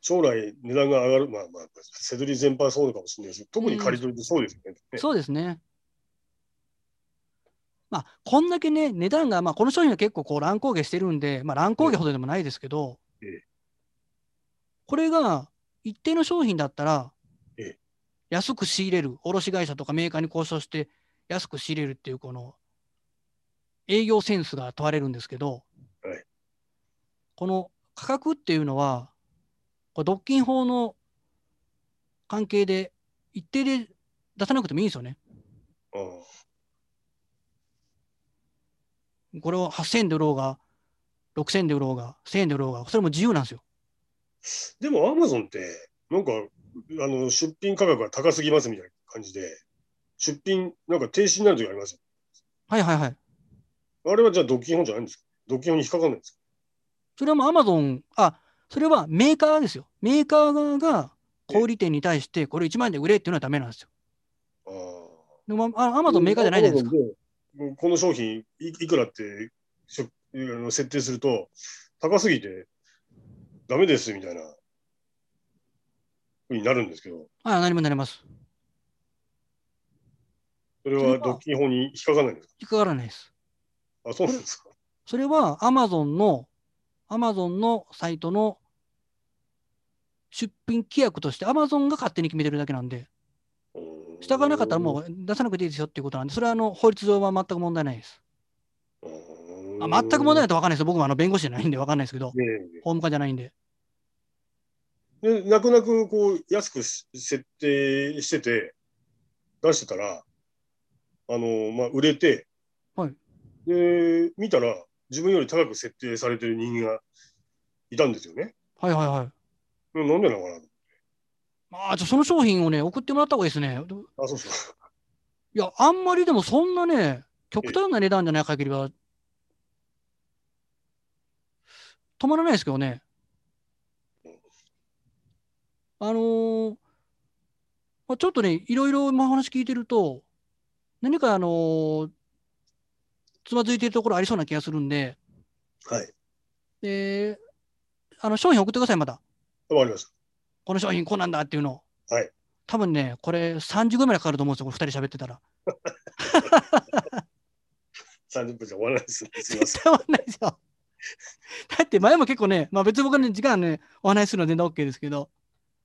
[SPEAKER 2] 将来値段が上がる、まあまあ、セドリ全般そうかもしれないですけど特に借りといてそうですよね。ね
[SPEAKER 1] そうですね。まあ、こんだけね、値段が、まあ、この商品は結構こう乱高下してるんで、まあ、乱高下ほどでもないですけど
[SPEAKER 2] ええ、
[SPEAKER 1] これが一定の商品だったら
[SPEAKER 2] ええ、
[SPEAKER 1] 安く仕入れる、卸会社とかメーカーに交渉して、安く仕入れるっていう、この営業センスが問われるんですけど
[SPEAKER 2] はい、
[SPEAKER 1] この価格っていうのは、これ独禁法の関係で、一定で出さなくてもいいんですよね。
[SPEAKER 2] ああ
[SPEAKER 1] これを8000円で売ろうが、6000円で売ろうが、1000円で売ろうが、それも自由なんですよ。
[SPEAKER 2] でも、アマゾンって、なんか、あの出品価格が高すぎますみたいな感じで、出品、なんか停止になる時あります
[SPEAKER 1] はいはいはい。
[SPEAKER 2] よ。あれはじゃあ、ドッキン法じゃないんですかドッキン法に引っかかんないんですか
[SPEAKER 1] それはもう Amazon、あ、それはメーカーですよ。メーカー側が小売店に対して、これ1万円で売れっていうのはダメなんですよ。
[SPEAKER 2] あ
[SPEAKER 1] でも、あア
[SPEAKER 2] あ
[SPEAKER 1] マゾンメーカーじゃないじゃないですか。
[SPEAKER 2] Amazon でこの商品い、いくらってしょあの設定すると、高すぎて、ダメですみたいな、ふうになるんですけど、
[SPEAKER 1] あ、何もなります。
[SPEAKER 2] それ
[SPEAKER 1] それ
[SPEAKER 2] は
[SPEAKER 1] は
[SPEAKER 2] ドッキン法に引っかかんないんです
[SPEAKER 1] 引っかからないです。
[SPEAKER 2] かあ、そうなんですか。
[SPEAKER 1] それは Amazon の、Amazon のサイトの出品規約として Amazon が勝手に決めてるだけなんで、従わなかったらもう出さなくていいですよっていうことなんで、それはあの法律上は全く問題ないです。
[SPEAKER 2] うーん。
[SPEAKER 1] あ全く問題ない
[SPEAKER 2] い。
[SPEAKER 1] と分かんないですよ。僕もあの弁護士じゃないんで分かんないですけど、法務課じゃないんで。
[SPEAKER 2] で、泣く泣くこう安くし設定してて、出してたら、あの、まあ、売れて、
[SPEAKER 1] はい
[SPEAKER 2] で、見たら、自分より高く設定されてる人間がいたんですよね。
[SPEAKER 1] はいはいはい。
[SPEAKER 2] うんなんでなのかな
[SPEAKER 1] まあ、じゃあその商品をね、送ってもらった方がいいですね。
[SPEAKER 2] あ、そうそう。
[SPEAKER 1] いや、あんまりでもそんなね、極端な値段じゃない限りは、止まらないですけどね。あのーまあ、ちょっとね、いろいろ今お話聞いてると、何かあのーつまずいてるところありそうな気がするんで、
[SPEAKER 2] はい。
[SPEAKER 1] で、あの商品送ってください、まだ。
[SPEAKER 2] わかりまし
[SPEAKER 1] この商品こうなんだっていうの。
[SPEAKER 2] はい。
[SPEAKER 1] 多分ね、これ3時ぐらいかかると思うんですよ、これ2人喋ってたら。
[SPEAKER 2] た。30分じゃ終わ らないですね。すみません。
[SPEAKER 1] 絶対終わんないですよ。だって前も結構ね、まあ別に僕はね、時間ね、お話しするのは全然 OK ですけど、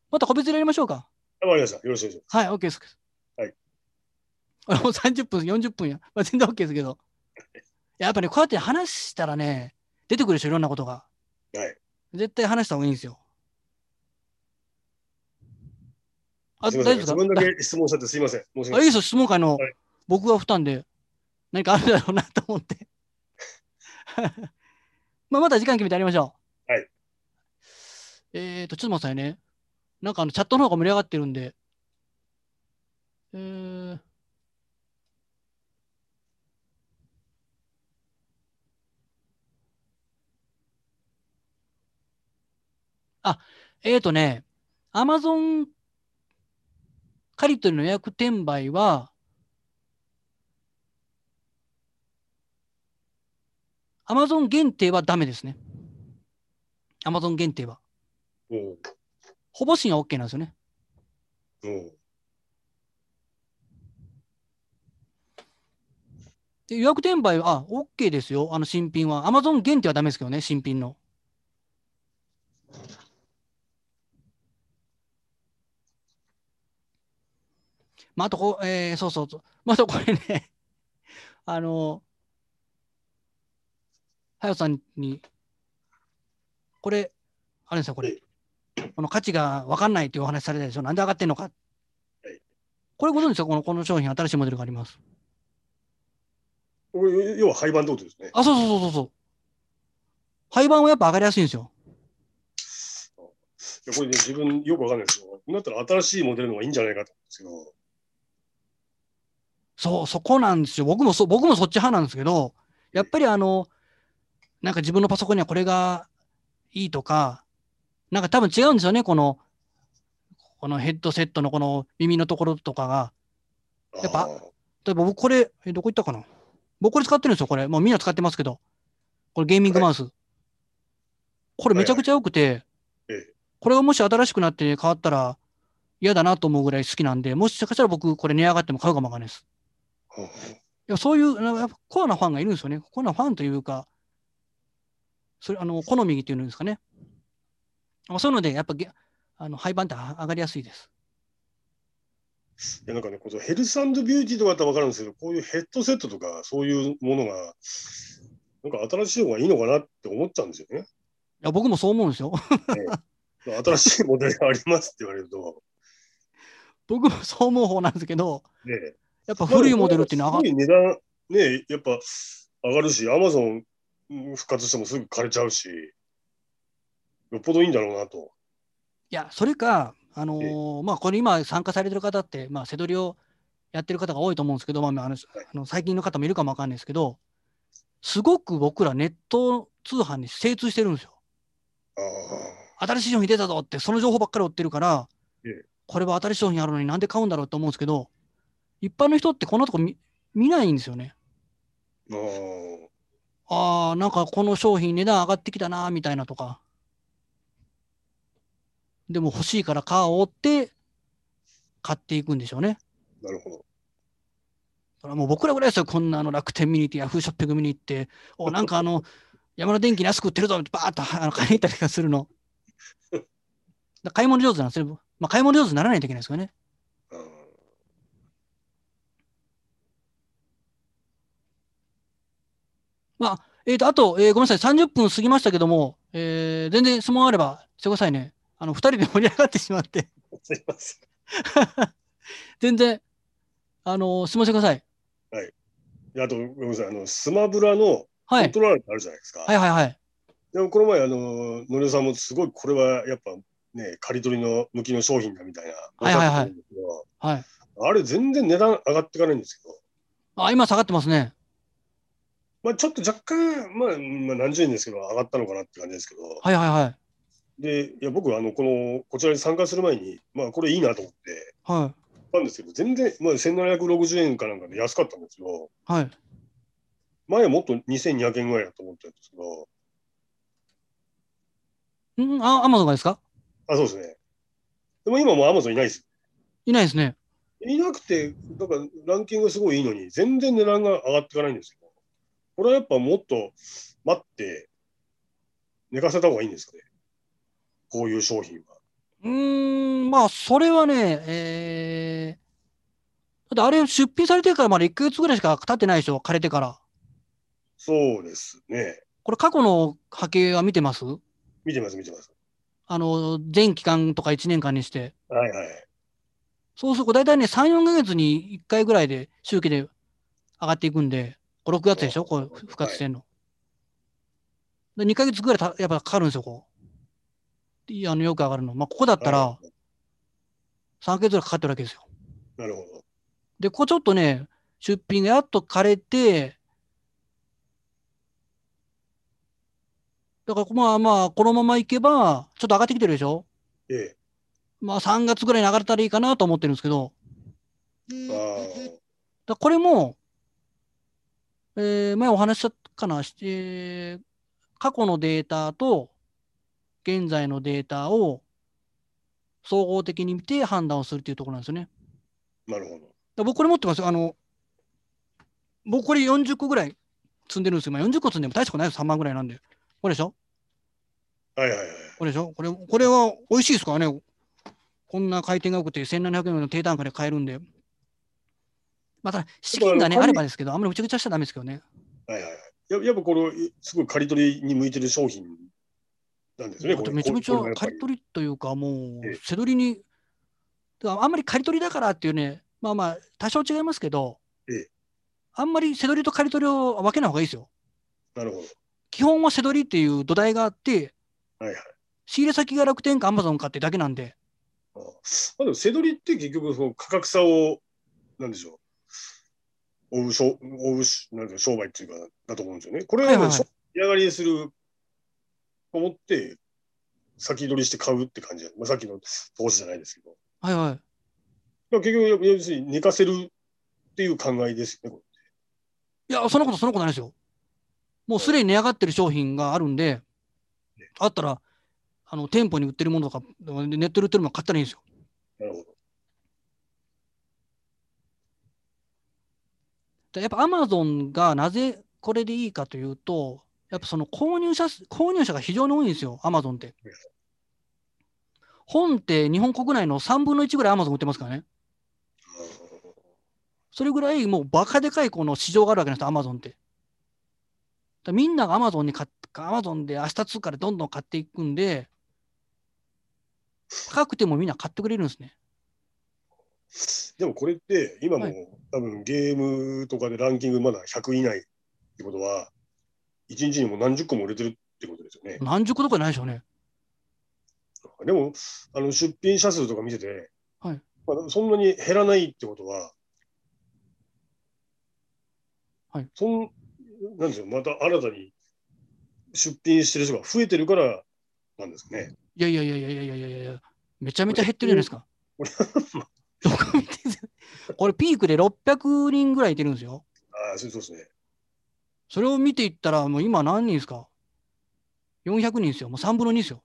[SPEAKER 1] また個別でやりましょうか。
[SPEAKER 2] わかりました。よろしいでしょう
[SPEAKER 1] はい、OK です。
[SPEAKER 2] はい。
[SPEAKER 1] もう30分、40分や。まあ全然 OK ですけど。やっぱね、こうやって話したらね、出てくるでしょ、いろんなことが。
[SPEAKER 2] はい。
[SPEAKER 1] 絶対話した方がいいんですよ。あ、
[SPEAKER 2] す
[SPEAKER 1] 大丈
[SPEAKER 2] みませ
[SPEAKER 1] 夫
[SPEAKER 2] ん。
[SPEAKER 1] です
[SPEAKER 2] 自
[SPEAKER 1] か
[SPEAKER 2] 分だけ質問しちゃってすみません。申し
[SPEAKER 1] あいい
[SPEAKER 2] 訳
[SPEAKER 1] ですよ、質問会の
[SPEAKER 2] はい
[SPEAKER 1] 僕が負担で、何かあるだろうなと思って。 まあ、また時間決めてやりましょう。
[SPEAKER 2] はい。
[SPEAKER 1] えっ、と、ちょっと待ってくださいね。なんかあの、チャットの方が盛り上がってるんで。えー、あ、えっ、とね、アマゾンカリトリの予約転売は、アマゾン限定はダメですね。アマゾン限定は。
[SPEAKER 2] うん。
[SPEAKER 1] ほぼンは OK なんですよね。
[SPEAKER 2] うん。
[SPEAKER 1] で予約転売は、あ、OK ですよ。あの新品は。アマゾン限定はダメですけどね、新品の。まあ、あとこう、えーそうそうそう。まあ、あとこれね、 あの、はよさんに、これ、あれですよ、これ。この価値が分かんないっていうお話されたでしょ。なんで上がってんのか。これご存知ですかこのこの商品、新しいモデルがあります。
[SPEAKER 2] これ要は廃盤ってことですね。
[SPEAKER 1] あ、そうそうそうそうそう。廃盤はやっぱ上がりやすいんですよ。
[SPEAKER 2] いやこれね、自分よくわかんないですけど、だったら新しいモデルの方がいいんじゃないかと思うんです
[SPEAKER 1] そう、そこなんですよ。僕もそう、僕もそっち派なんですけど、やっぱりあの、なんか自分のパソコンにはこれがいいとか、なんか多分違うんですよね、この、このヘッドセットのこの耳のところとかが。
[SPEAKER 2] けど。
[SPEAKER 1] やっぱ
[SPEAKER 2] あー
[SPEAKER 1] 例えば僕これ、えどこ行ったかな僕これ使ってるんですよ、これ。もうみんな使ってますけど。これゲーミングマウス。これめちゃくちゃ良くて
[SPEAKER 2] はいはいえ、
[SPEAKER 1] これがもし新しくなって変わったら嫌だなと思うぐらい好きなんで、もしかしたら僕これ値上がっても買うかもわかんないです。
[SPEAKER 2] うん
[SPEAKER 1] いやそういうなんかやっぱコアなファンがいるんですよね。コアなファンというか、それ、あの、好みっていうんですかね。まあそういうので、やっぱげあの廃盤って上がりやすいです。
[SPEAKER 2] いやなんかね、このヘルスビューティーとかだったら分かるんですけど、こういうヘッドセットとか、そういうものが、なんか新しい方がいいのかなって思っちゃうんですよね。
[SPEAKER 1] いや僕もそう思うんですよ。
[SPEAKER 2] 新しいモデルがありますって言われると。
[SPEAKER 1] 僕もそう思う方なんですけど、
[SPEAKER 2] ねえ
[SPEAKER 1] やっぱ古いモデルっていうのは上が
[SPEAKER 2] すごい値段、ね、やっぱ上がるし、アマゾン復活してもすぐ枯れちゃうし、よっぽどいいんだろうなと。
[SPEAKER 1] いや、それか、あのーまあ、これ今参加されてる方って、まあ、セドリをやってる方が多いと思うんですけど、まあ、あのあの最近の方もいるかもわかんないですけど、すごく僕らネット通販に精通してるんですよ。
[SPEAKER 2] ああ、
[SPEAKER 1] 新しい商品出たぞって、その情報ばっかり追ってるから
[SPEAKER 2] ええ、
[SPEAKER 1] これは新しい商品あるのになんで買うんだろうと思うんですけど、一般の人ってこんなとこ見見ないんですよね。
[SPEAKER 2] ああ、
[SPEAKER 1] ああ、なんかこの商品値段上がってきたな、みたいなとか。でも欲しいから買おうって、買っていくんでしょうね。
[SPEAKER 2] なるほど。
[SPEAKER 1] それはもう僕らぐらいですよ、こんなあの楽天見に行って、ヤフーショッピング見に行って、おなんかあの、 山田電機に安く売ってるぞって、バーッとあの買いに行ったりとかするの。だ買い物上手なんですよ。まあ、買い物上手にならないといけないですよね。
[SPEAKER 2] ああ
[SPEAKER 1] えー、と、あと、えーごめんなさい、30分過ぎましたけども、えー全然質問あればしてくださいね。あの、2人で盛り上がってしまって、
[SPEAKER 2] すいませ
[SPEAKER 1] 全然、あのー質問してください。
[SPEAKER 2] ん。であと、ごめんなさい、あのスマブラの
[SPEAKER 1] は
[SPEAKER 2] コ
[SPEAKER 1] い
[SPEAKER 2] ン。トローラーってあるじゃないですか。
[SPEAKER 1] はいはいはい。
[SPEAKER 2] でもこの前、あの、のりおさんもすごい、これはやっぱね、刈り取りの向きの商品だみたいな、
[SPEAKER 1] はいはいはい
[SPEAKER 2] おっしゃってたんですけど
[SPEAKER 1] はい。
[SPEAKER 2] あれ、全然値段上がっていかないんですけど、
[SPEAKER 1] あ、今下がってますね。
[SPEAKER 2] まあ、ちょっと若干、まあ、まあ、何十円ですけど、上がったのかなって感じですけど、
[SPEAKER 1] はいはいはい。
[SPEAKER 2] で、いや、僕、あの、この、こちらに参加する前に、まあ、これいいなと思って、
[SPEAKER 1] は
[SPEAKER 2] 買ったんですけど、全然、まあ、1760円かなんかで安かったんですけど、
[SPEAKER 1] い。はい。
[SPEAKER 2] 前はもっと2200円ぐらいだと思ったんですけど、
[SPEAKER 1] んあ、アマゾンがですか
[SPEAKER 2] あ、そうですね。でも今もう Amazon いないです。
[SPEAKER 1] いないですね。
[SPEAKER 2] いなくて、なんかランキングすごいいいのに、全然値段が上がっていかないんですよ。これはやっぱもっと待って、寝かせた方がいいんですかね。こういう商品は。
[SPEAKER 1] うーん、まあ、それはね、えー、だってあれ出品されてからまだ1ヶ月ぐらいしか経ってないでしょ、枯れてから。
[SPEAKER 2] そうですね。
[SPEAKER 1] これ過去の波形は見てます
[SPEAKER 2] 見てます、見てます。
[SPEAKER 1] あの、全期間とか1年間にして。
[SPEAKER 2] はいはい。
[SPEAKER 1] そうすると、大体ね、3、4ヶ月に1回ぐらいで、周期で上がっていくんで、5、6月でしょ、こう、復活してんの。で2ヶ月ぐらいたやっぱかかるんですよ、こう。いやあのよく上がるの。まあ、ここだったら3ヶ月ぐらいかかってるわけですよ。
[SPEAKER 2] なるほど。
[SPEAKER 1] で、ここちょっとね、出品がやっと枯れて、だからまあまあ、このままいけば、ちょっと上がってきてるでしょ
[SPEAKER 2] え
[SPEAKER 1] まあ3月ぐらいに上がれたらいいかなと思ってるんですけど、
[SPEAKER 2] え。あ
[SPEAKER 1] だこれも、えー前お話ししたかな、しえー過去のデータと現在のデータを総合的に見て判断をするというところなんですよね。
[SPEAKER 2] あ、なるほど。
[SPEAKER 1] だ僕これ持ってますよ。あの、僕これ40個ぐらい積んでるんですよ。まあ、40個積んでも大したことないです。3万ぐらいなんで。これでしょ
[SPEAKER 2] はいはいはい。
[SPEAKER 1] これでしょこれ、これは美味しいですからね。こんな回転が良くて1700円の低単価で買えるんで。まあ、ただ、資金がね、
[SPEAKER 2] ちょっとあの
[SPEAKER 1] あればですけど、あんまりぐちゃぐちゃしちゃダメですけどね。
[SPEAKER 2] はいはいはい。ややっぱこれ、すごい刈り取りに向いてる商品なんですね、
[SPEAKER 1] あ
[SPEAKER 2] ことれ。
[SPEAKER 1] めちゃめち
[SPEAKER 2] これ
[SPEAKER 1] ゃ
[SPEAKER 2] がやっぱ
[SPEAKER 1] 刈
[SPEAKER 2] り
[SPEAKER 1] り取りというか、も
[SPEAKER 2] ええ
[SPEAKER 1] う、背取りに、だからあんまり刈り取りだからっていうね、まあまあ、多少違いますけど
[SPEAKER 2] ええ、
[SPEAKER 1] あんまり背取りと刈り取りを分けない方がいいですよ。
[SPEAKER 2] なるほ
[SPEAKER 1] 基本は背取りっていう土台があって、
[SPEAKER 2] ど。はいはい。
[SPEAKER 1] 仕入れ先が楽天かアマゾンかってだけなんで、
[SPEAKER 2] ああまあ、でも、背取りって結局、その価格差を、なんでしょう、追うしょ、追うし、なんていうの商売っていうか、だと思うんですよね。これは、
[SPEAKER 1] はいはいはい
[SPEAKER 2] しょ値上がりする、思って、先取りして買うって感じやまあ、さっきの投資じゃないですけど。
[SPEAKER 1] はいはい。
[SPEAKER 2] だから結局、要するに寝かせるっていう考えですよね、こ
[SPEAKER 1] いや、そんなこと、そんなことないですよ。もうすでに値上がってる商品があるんで、あったら、あの店舗に売ってるものとか、ネットで売ってるもの買ったらいいんですよ。
[SPEAKER 2] れなるほど。
[SPEAKER 1] でやっぱアマゾンがなぜこれでいいかというと、やっぱその購入者数、購入者が非常に多いんですよ、アマゾンって。本って日本国内の3分の1ぐらいアマゾン売ってますからね。それぐらいもうバカでかいこの市場があるわけなんですよ、アマゾンって。だからみんながアマゾンに買っアマゾンで明日通貨でどんどん買っていくんで、高くてもみんな買ってくれるんですね。
[SPEAKER 2] でもこれって、今も、
[SPEAKER 1] はい
[SPEAKER 2] 多分ゲームとかでランキングまだ100以内ってことは、一日にもう何十個も売れてるってことですよね。
[SPEAKER 1] 何十個とかないでしょうね。
[SPEAKER 2] でも、あの出品者数とか見てて、
[SPEAKER 1] はい
[SPEAKER 2] まあ、そんなに減らないってことは、
[SPEAKER 1] はい、
[SPEAKER 2] そんなんですよ、また新たに出品してる人が増えてるからなんですかね。
[SPEAKER 1] いやいやいやいやいやいやいやいや、めちゃめちゃ減ってるじゃないですか。
[SPEAKER 2] これ
[SPEAKER 1] どこ見てんこれピークで600人ぐらいいてるんですよ。
[SPEAKER 2] ああ、そうそうですね。
[SPEAKER 1] それを見ていったら、もう今何人ですか ?400 人ですよ。もう3分の2ですよ。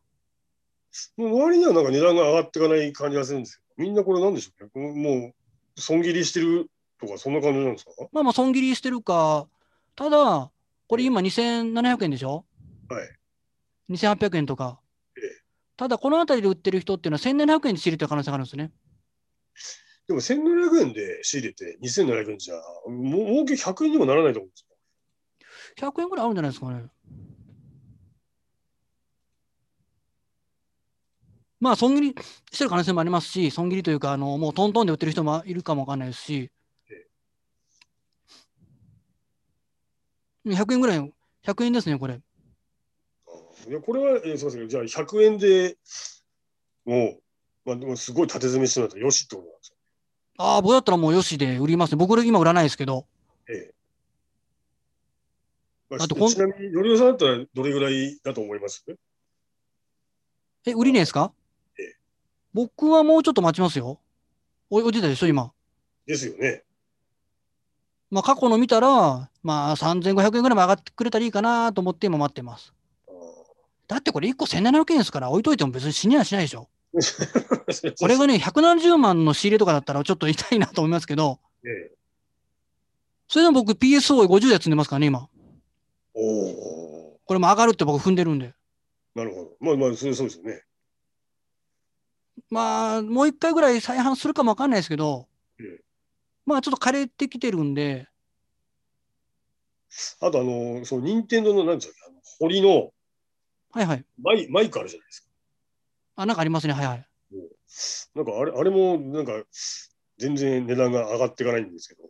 [SPEAKER 2] もう割にはなんか値段が上がっていかない感じがするんですよ。みんなこれなんでしょうね。このもう損切りしてるとか、そんな感じなんですか
[SPEAKER 1] まあまあ損切りしてるか、ただ、これ今2700円でしょ
[SPEAKER 2] はい。
[SPEAKER 1] 2800円とか
[SPEAKER 2] ええ。
[SPEAKER 1] ただ、この辺りで売ってる人っていうのは1700円で仕入れてる可能性があるんですね。
[SPEAKER 2] でも1700円で仕入れて2700円じゃ、もう儲け100円にもならないと思うんですよ。
[SPEAKER 1] 100円ぐらいあるんじゃないですかね。まあ、損切りしてる可能性もありますし、損切りというか、あのもうトントンで売ってる人もいるかもわかんないですし、100円ぐらい、100円ですね、これ。
[SPEAKER 2] いやこれは、えーすみません、じゃあ100円でもう、まあ、でもすごい縦詰めしてるんだったらよしってことなんですよ。
[SPEAKER 1] ああ、僕だったらもうよしで売りますね。僕、今売らないですけど、
[SPEAKER 2] ええま
[SPEAKER 1] あと
[SPEAKER 2] あ、
[SPEAKER 1] こん
[SPEAKER 2] ちなみに、のりおさんだったらどれぐらいだと思います
[SPEAKER 1] え、売りねえですか
[SPEAKER 2] ええ
[SPEAKER 1] 僕はもうちょっと待ちますよ。おおいてたでしょ、今。
[SPEAKER 2] ですよね。
[SPEAKER 1] まあ、過去の見たら、まあ、3500円ぐらいも上がってくれたらいいかなと思って今待ってます。
[SPEAKER 2] あ
[SPEAKER 1] だってこれ1個1700円ですから置いといても別に死にはしないでしょ。
[SPEAKER 2] ー
[SPEAKER 1] これがね、170万の仕入れとかだったらちょっと痛いなと思いますけど、
[SPEAKER 2] ええ
[SPEAKER 1] それでも僕 PSO50 で積んでますからね、今。
[SPEAKER 2] おお、
[SPEAKER 1] これも上がるって僕踏んでるんで。
[SPEAKER 2] なるほど。まあまあ、それそうですよね。
[SPEAKER 1] まあ、もう一回ぐらい再販するかもわかんないですけど
[SPEAKER 2] うん、
[SPEAKER 1] まあちょっと枯れてきてるんで、
[SPEAKER 2] あと、あの、その任天堂の、なんですか、あの堀の
[SPEAKER 1] はいはい。
[SPEAKER 2] マイマイクあるじゃないですか。
[SPEAKER 1] あ、なんかありますね、はい はい。
[SPEAKER 2] なんかあれ、あれも、なんか、全然値段が上がっていかないんですけど、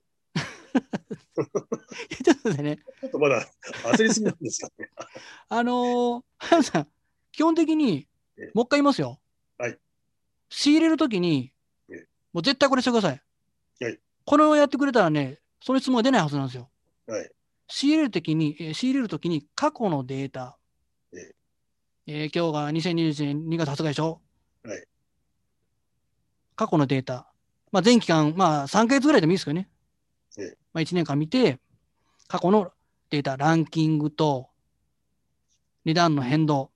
[SPEAKER 1] ちょっと待ってね、
[SPEAKER 2] ちょっとまだ焦りすぎなんですかね。
[SPEAKER 1] あのー、原田さん、基本的に
[SPEAKER 2] え、
[SPEAKER 1] もう一回言いますよ。
[SPEAKER 2] はい。
[SPEAKER 1] 仕入れるときに
[SPEAKER 2] え、
[SPEAKER 1] もう絶対これしてください。
[SPEAKER 2] はい。
[SPEAKER 1] これをやってくれたらね、その質問は出ないはずなんですよ。
[SPEAKER 2] はい。
[SPEAKER 1] 仕入れるときに、えー仕入れるときに過去のデータ。
[SPEAKER 2] え
[SPEAKER 1] えー今日が2021年2月20日でしょ
[SPEAKER 2] はい。
[SPEAKER 1] 過去のデータ。まあ、全期間、まあ、3ヶ月ぐらいでもいいですけどね。
[SPEAKER 2] ええ
[SPEAKER 1] まあ、1年間見て、過去のデータ、ランキングと、値段の変動。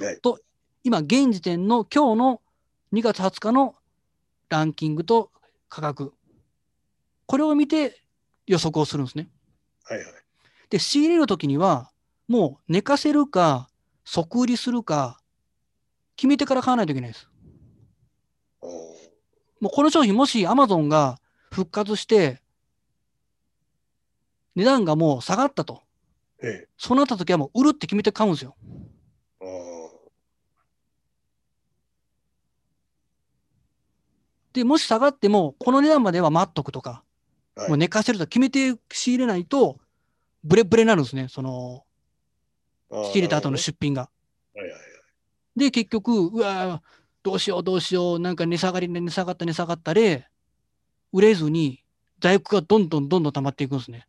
[SPEAKER 2] はい
[SPEAKER 1] と、今、現時点の今日の2月20日のランキングと価格。これを見て予測をするんですね。
[SPEAKER 2] はいはい。
[SPEAKER 1] で、仕入れるときには、もう寝かせるか、即売りするか、決めてから買わないといけないです。
[SPEAKER 2] おー
[SPEAKER 1] もうこの商品、もし Amazon が復活して、値段がもう下がったと。
[SPEAKER 2] ええ。
[SPEAKER 1] そうなったときはもう売るって決めて買うんですよ。
[SPEAKER 2] あー
[SPEAKER 1] で、もし下がっても、この値段までは待っとくとか、
[SPEAKER 2] はい
[SPEAKER 1] もう寝かせると決めて仕入れないと、ブレブレになるんですね。その、
[SPEAKER 2] あー。
[SPEAKER 1] 仕入れた後の出品が。
[SPEAKER 2] はいはいはい。
[SPEAKER 1] で、結局、うわーどうしようどうしよう、なんか値下がりね、値下がった値下がったで、売れずに、在庫がどんどんどんどん溜まっていくんですね。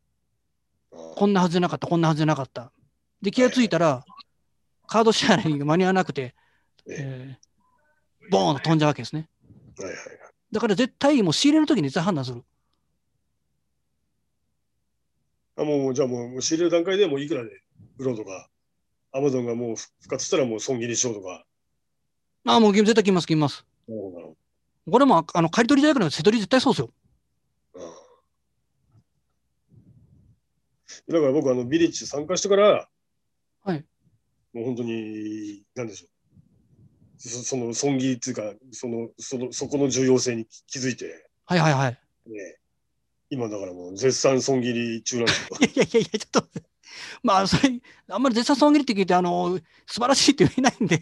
[SPEAKER 2] あー
[SPEAKER 1] こんなはずじゃなかった、こんなはずじゃなかった。で、気がついたら、カード支払いが間に合わなくて、えーボーンと飛んじゃうわけですね。
[SPEAKER 2] はいはいはい。
[SPEAKER 1] だから絶対もう仕入れの時に絶対判断する。
[SPEAKER 2] あもうじゃあもう仕入れる段階でもういくらで売ろうとか、アマゾンがもう復活したらもう損切りしようとか。
[SPEAKER 1] ああ、もう絶対来ます、来ます。
[SPEAKER 2] なるほどなるほ
[SPEAKER 1] これも、あの、借り取り大学の瀬取り絶対そうですよ。
[SPEAKER 2] どあーだから僕あのビリッジ参加してから、
[SPEAKER 1] はい。
[SPEAKER 2] もう本当に、なんでしょう。そその損切りっていうか、その、その、そこの重要性に気気づいて、
[SPEAKER 1] はいはいはい。
[SPEAKER 2] ね、今だからもう絶賛損切り中なんですよ。
[SPEAKER 1] いやいやいやいや、ちょっと、まあ、それ、あんまり絶賛損切りって聞いて、あの、素晴らしいって言えないんで、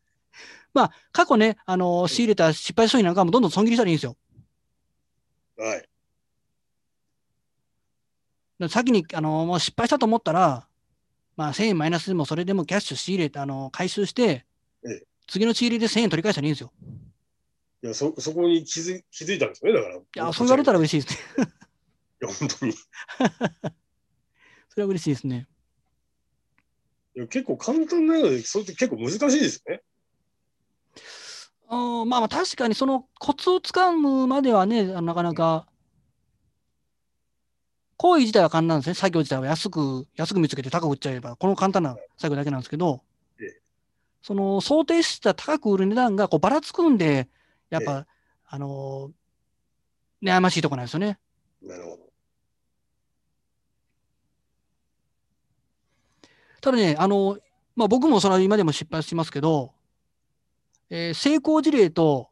[SPEAKER 1] まあ、過去ね、あの、仕入れた失敗商品なんかもどんどん損切りしたらいいんですよ。
[SPEAKER 2] はい。
[SPEAKER 1] だから先に、あの、もう失敗したと思ったら、まあ、1000円マイナスでも、それでもキャッシュ仕入れて、あの、回収して
[SPEAKER 2] ええ、
[SPEAKER 1] 次の仕入れで1000円取り返したらいいんですよ。
[SPEAKER 2] いや、そ、そこに気づ、気づいたんですよね、だから。い
[SPEAKER 1] いや、そう言われた
[SPEAKER 2] ら。
[SPEAKER 1] ら嬉しいですね。
[SPEAKER 2] いや、本当に。い
[SPEAKER 1] それは嬉しいですね。
[SPEAKER 2] や結構簡単なので、それって結構難しいですよね。
[SPEAKER 1] うん、まあまあ、確かにそのコツをつかむまではね、あのなかなか、行為自体は簡単なんですね。作業自体は安く、安く見つけて高く売っちゃえば、この簡単な作業だけなんですけど
[SPEAKER 2] ええ、
[SPEAKER 1] その想定した高く売る値段がこうばらつくんで、やっぱ、あのー悩ましいとこなんですよね。
[SPEAKER 2] なるほど。
[SPEAKER 1] ただね、あのまあ、僕もそれは今でも失敗しますけど、えー成功事例と、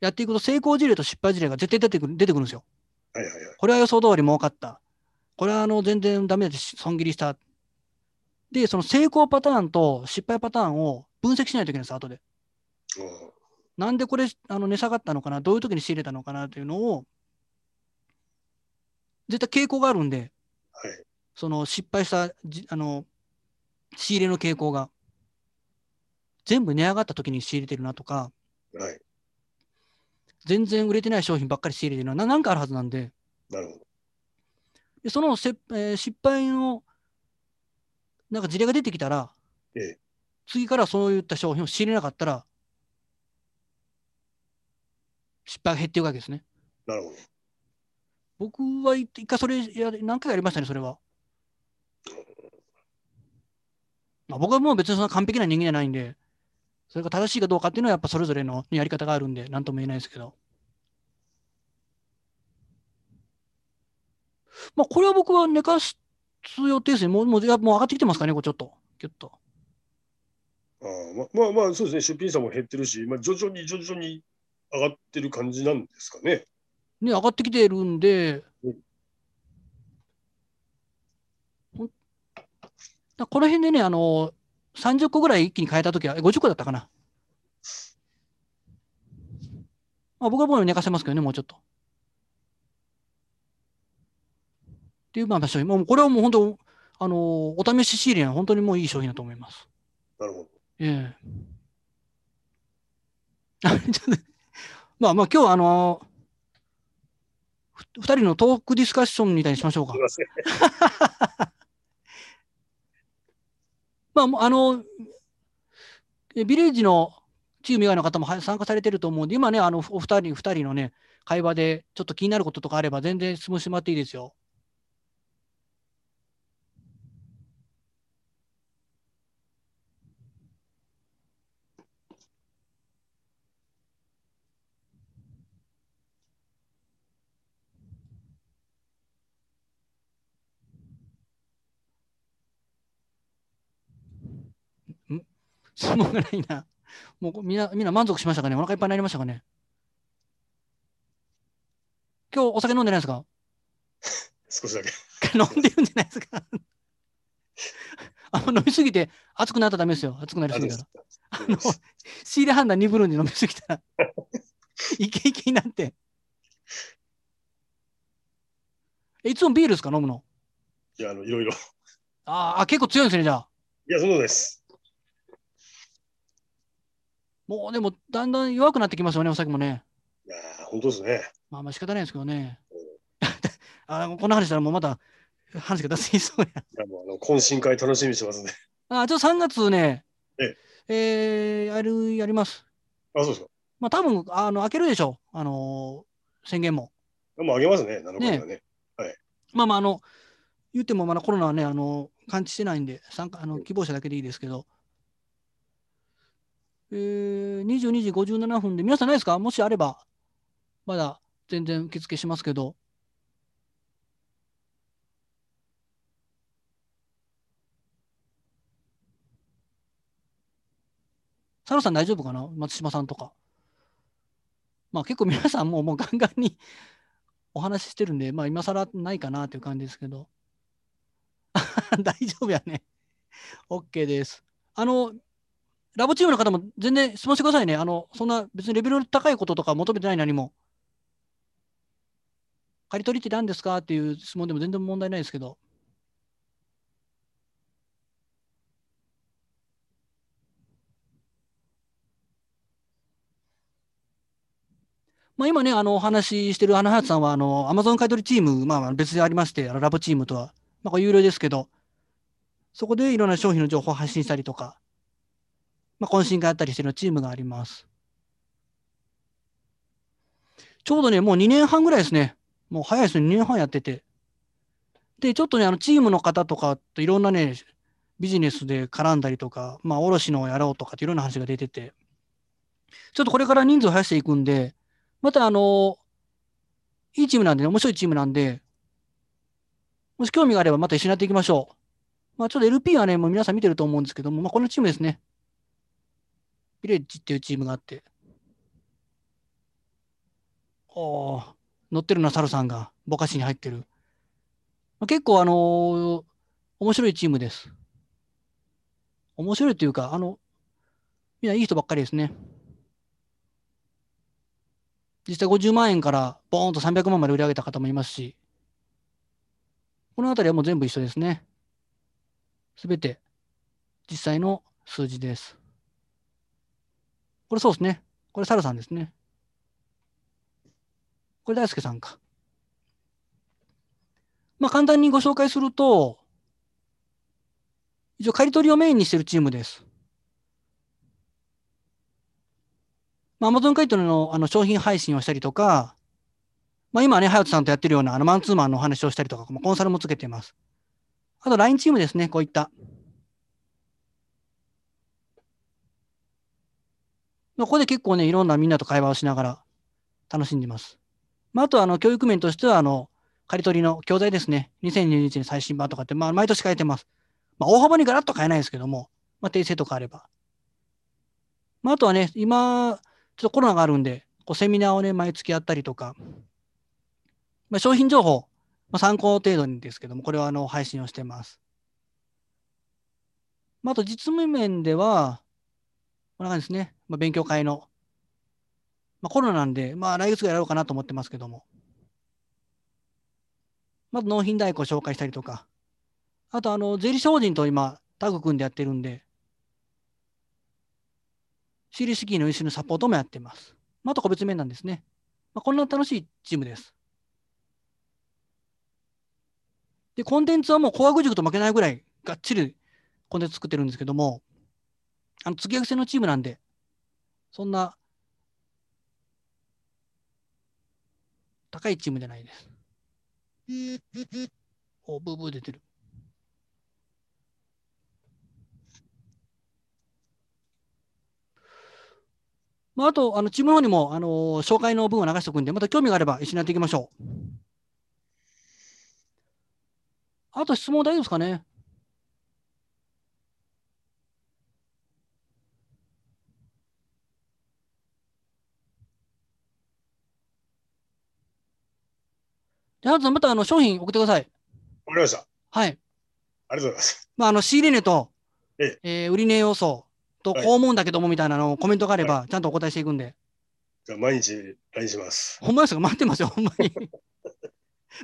[SPEAKER 1] やっていくと成功事例と失敗事例が絶対出てくる出てくるんですよ。
[SPEAKER 2] はいはいはい。
[SPEAKER 1] これは予想通り儲かった。これはあの全然ダメだって損切りした。で、その成功パターンと失敗パターンを分析しないといけないんです、後で。
[SPEAKER 2] うん
[SPEAKER 1] なんでこれあの値下がったのかな、どういう時に仕入れたのかなというのを、絶対傾向があるんで、
[SPEAKER 2] はい。
[SPEAKER 1] その失敗したじあの仕入れの傾向が、全部値上がった時に仕入れてるなとか、
[SPEAKER 2] はい。
[SPEAKER 1] 全然売れてない商品ばっかり仕入れてるな、ななんかあるはずなんで、
[SPEAKER 2] なるほど。
[SPEAKER 1] で、そのせ、えー失敗の、なんか事例が出てきたら、
[SPEAKER 2] ええ
[SPEAKER 1] 次からそういった商品を仕入れなかったら、失敗が減っていくわけですね。
[SPEAKER 2] なるほど。
[SPEAKER 1] 僕は一一回それやり、何回かやりましたね、それは。まあ、僕はもう別にそんな完璧な人間じゃないんで、それが正しいかどうかっていうのはやっぱそれぞれのやり方があるんで、なんとも言えないですけど。まあ、これは僕は寝かす予定ですね。もう、もう、いやもう上がってきてますかね、こうちょっと。ぎゅっと。
[SPEAKER 2] あーままあまあそうですね出品者も減ってるし、まあ、徐々に徐々に上がってる感じなんですかね。
[SPEAKER 1] ね、上がってきてるんで
[SPEAKER 2] うん、
[SPEAKER 1] ほんだこの辺でね、あの、30個ぐらい一気に変えたときは、え50個だったかな。まあ、僕はもう寝かせますけどね、もうちょっと。っていう、まあ、場所、もうこれはもう本当、あの、お試し仕入れは本当にもういい商品だと思います。
[SPEAKER 2] なるほど。
[SPEAKER 1] ええ。あちょっとまあまあ、今日はあのふ二人のトークディスカッションみたいにしましょうか
[SPEAKER 2] すい。ま
[SPEAKER 1] まあ
[SPEAKER 2] せん。
[SPEAKER 1] もう、あの、えビレッジのチーム以外の方もは参加されてると思うんで、今ね、あの、お二人、二人のね、会話でちょっと気になることとかあれば、全然質問してもらっていいですよ。 質問がないな。もうこみんな、みんな満足しましたかねお腹いっぱいになりましたかね今日お酒飲んでないですか
[SPEAKER 2] 少しだけ。
[SPEAKER 1] 飲んでるんじゃないですかあの飲みすぎて熱くなったらダメですよ。熱くなり
[SPEAKER 2] あ
[SPEAKER 1] す
[SPEAKER 2] り
[SPEAKER 1] ぎ
[SPEAKER 2] が
[SPEAKER 1] たら
[SPEAKER 2] と。うございます
[SPEAKER 1] 仕入れ判断鈍るんで飲みすぎたら、イケイケになって。えいつもビールですか、飲むの。
[SPEAKER 2] いや、あの、いろいろ。い
[SPEAKER 1] あーあ、結構強いんですね、じゃあ。
[SPEAKER 2] や、そんなことないです。
[SPEAKER 1] もうでも、だんだん弱くなってきますよね、お酒もね。
[SPEAKER 2] いやー、本当ですね。
[SPEAKER 1] まあまあ仕方ないですけどね。 あーこんな話したらもうまた話が脱線しそうや。
[SPEAKER 2] いや、もう、あの、懇親会楽しみにしてますね。
[SPEAKER 1] あーちょっと3月ね、
[SPEAKER 2] え
[SPEAKER 1] えーやる、やります。
[SPEAKER 2] あ、そうですか。
[SPEAKER 1] まあ多分、あの、開けるでしょう。あのー宣言も。
[SPEAKER 2] でもあげますね、7日にはね。
[SPEAKER 1] まあまあ、あの、言ってもまだコロナはね、あの、感知してないんで、参加あの希望者だけでいいですけど、えー、22時57分で、皆さんないですかもしあれば、まだ全然受付しますけど。サロさん大丈夫かな松島さんとか。まあ結構皆さんもうもうガンガンにお話ししてるんで、まあ今更ないかなという感じですけど。 大丈夫やね。OK です。あの、ラボチームの方も全然質問してくださいね。あの、そんな別にレベルの高いこととか求めてない何も。刈り取りって何ですかっていう質問でも全然問題ないですけど。まあ、今ね、あの、お話ししてる、あの、はやさんは、あの、アマゾン買取チーム、まあまあ、別でありまして、あのラボチームとは、まあ、これ有料ですけど、そこでいろんな商品の情報を発信したりとか、まあ、懇親会あったりしてるチームがあります。ちょうどね、もう2年半ぐらいですね。もう早いですね、2年半やってて。で、ちょっとね、あの、チームの方とかといろんなね、ビジネスで絡んだりとか、まあ、卸のをやろうとかっていろんな話が出てて、ちょっとこれから人数を増やしていくんで、またあの、いいチームなんでね、面白いチームなんで、もし興味があればまた一緒にやっていきましょう。まあちょっと LP はね、もう皆さん見てると思うんですけども、まあこのチームですね。ビレッジっていうチームがあって。おー乗ってるな、サルさんが。ボカシに入ってる。まあ、結構あのー面白いチームです。面白いというか、あの、みんないい人ばっかりですね。実際50万円からボーンと300万まで売り上げた方もいますし、このあたりはもう全部一緒ですね。すべて実際の数字です。これそうですね。これサルさんですね。これ大輔さんか。まあ簡単にご紹介すると、一応刈り取りをメインにしてるチームです。まあ、Amazon 買取のあの商品配信をしたりとか、まあ、今ね、ハヤトさんとやってるようなあのマンツーマンのお話をしたりとか、まあコンサルもつけています。あと LINE チームですね、こういった。まあ、ここで結構ね、いろんなみんなと会話をしながら楽しんでます。まあ、あとあの教育面としては、あの、刈り取りの教材ですね。2021年最新版とかって、まあ、毎年変えてます。まあ、大幅にガラッと変えないですけども、まあ、訂正とかあれば。まあ、あとはね、今、ちょっとコロナがあるんで、こうセミナーをね、毎月やったりとか、まあ、商品情報、まあ、参考程度にですけども、これはあの配信をしてます。まあ、あと実務面では、こんな感じですね。まあ、勉強会の。まあ、コロナなんで、まあ、来月がやろうかなと思ってますけども。まず納品代行を紹介したりとか、あと、あの、税理士法人と今、タッグ組んでやってるんで、私利資金の一種のサポートもやってます。まあ、あと個別面なんですね。まあ、こんな楽しいチームです。で、コンテンツはもう工学塾と負けないぐらい、がっちりコンテンツ作ってるんですけども、あの、月上げ制のチームなんで、そんな、高いチームじゃないです。お、ブーブー出てる。まあ、あと、あの、チームの方にも、あのー紹介の文を流しておくんで、また興味があれば一緒にやっていきましょう。あと質問大丈夫ですかねじゃあ、ハルさんまたあの商品送ってください。
[SPEAKER 2] わかりました。
[SPEAKER 1] はい。
[SPEAKER 2] ありがとうございます。
[SPEAKER 1] まあ、あの、仕入れ値と、
[SPEAKER 2] え
[SPEAKER 1] えー売り値予想と、
[SPEAKER 2] はい
[SPEAKER 1] こう思うんだけどもみたいなのをコメントがあれば、ちゃんとお答えしていくんで。
[SPEAKER 2] じゃあ毎日 LINE します。
[SPEAKER 1] ほんまですか待ってますよ、ほんま に。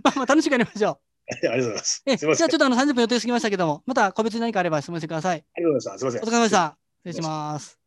[SPEAKER 1] まあまあ、楽しくやりましょう。
[SPEAKER 2] はい ありがとうございます。
[SPEAKER 1] え、
[SPEAKER 2] す
[SPEAKER 1] じ
[SPEAKER 2] い
[SPEAKER 1] ゃ
[SPEAKER 2] ま
[SPEAKER 1] あち
[SPEAKER 2] せ
[SPEAKER 1] ょ
[SPEAKER 2] ん。
[SPEAKER 1] っとあの30分予定過ぎましたけども、また個別に何かあれば質問してください。
[SPEAKER 2] ありがとうございました。すいません
[SPEAKER 1] お疲。れ様でした。失礼します。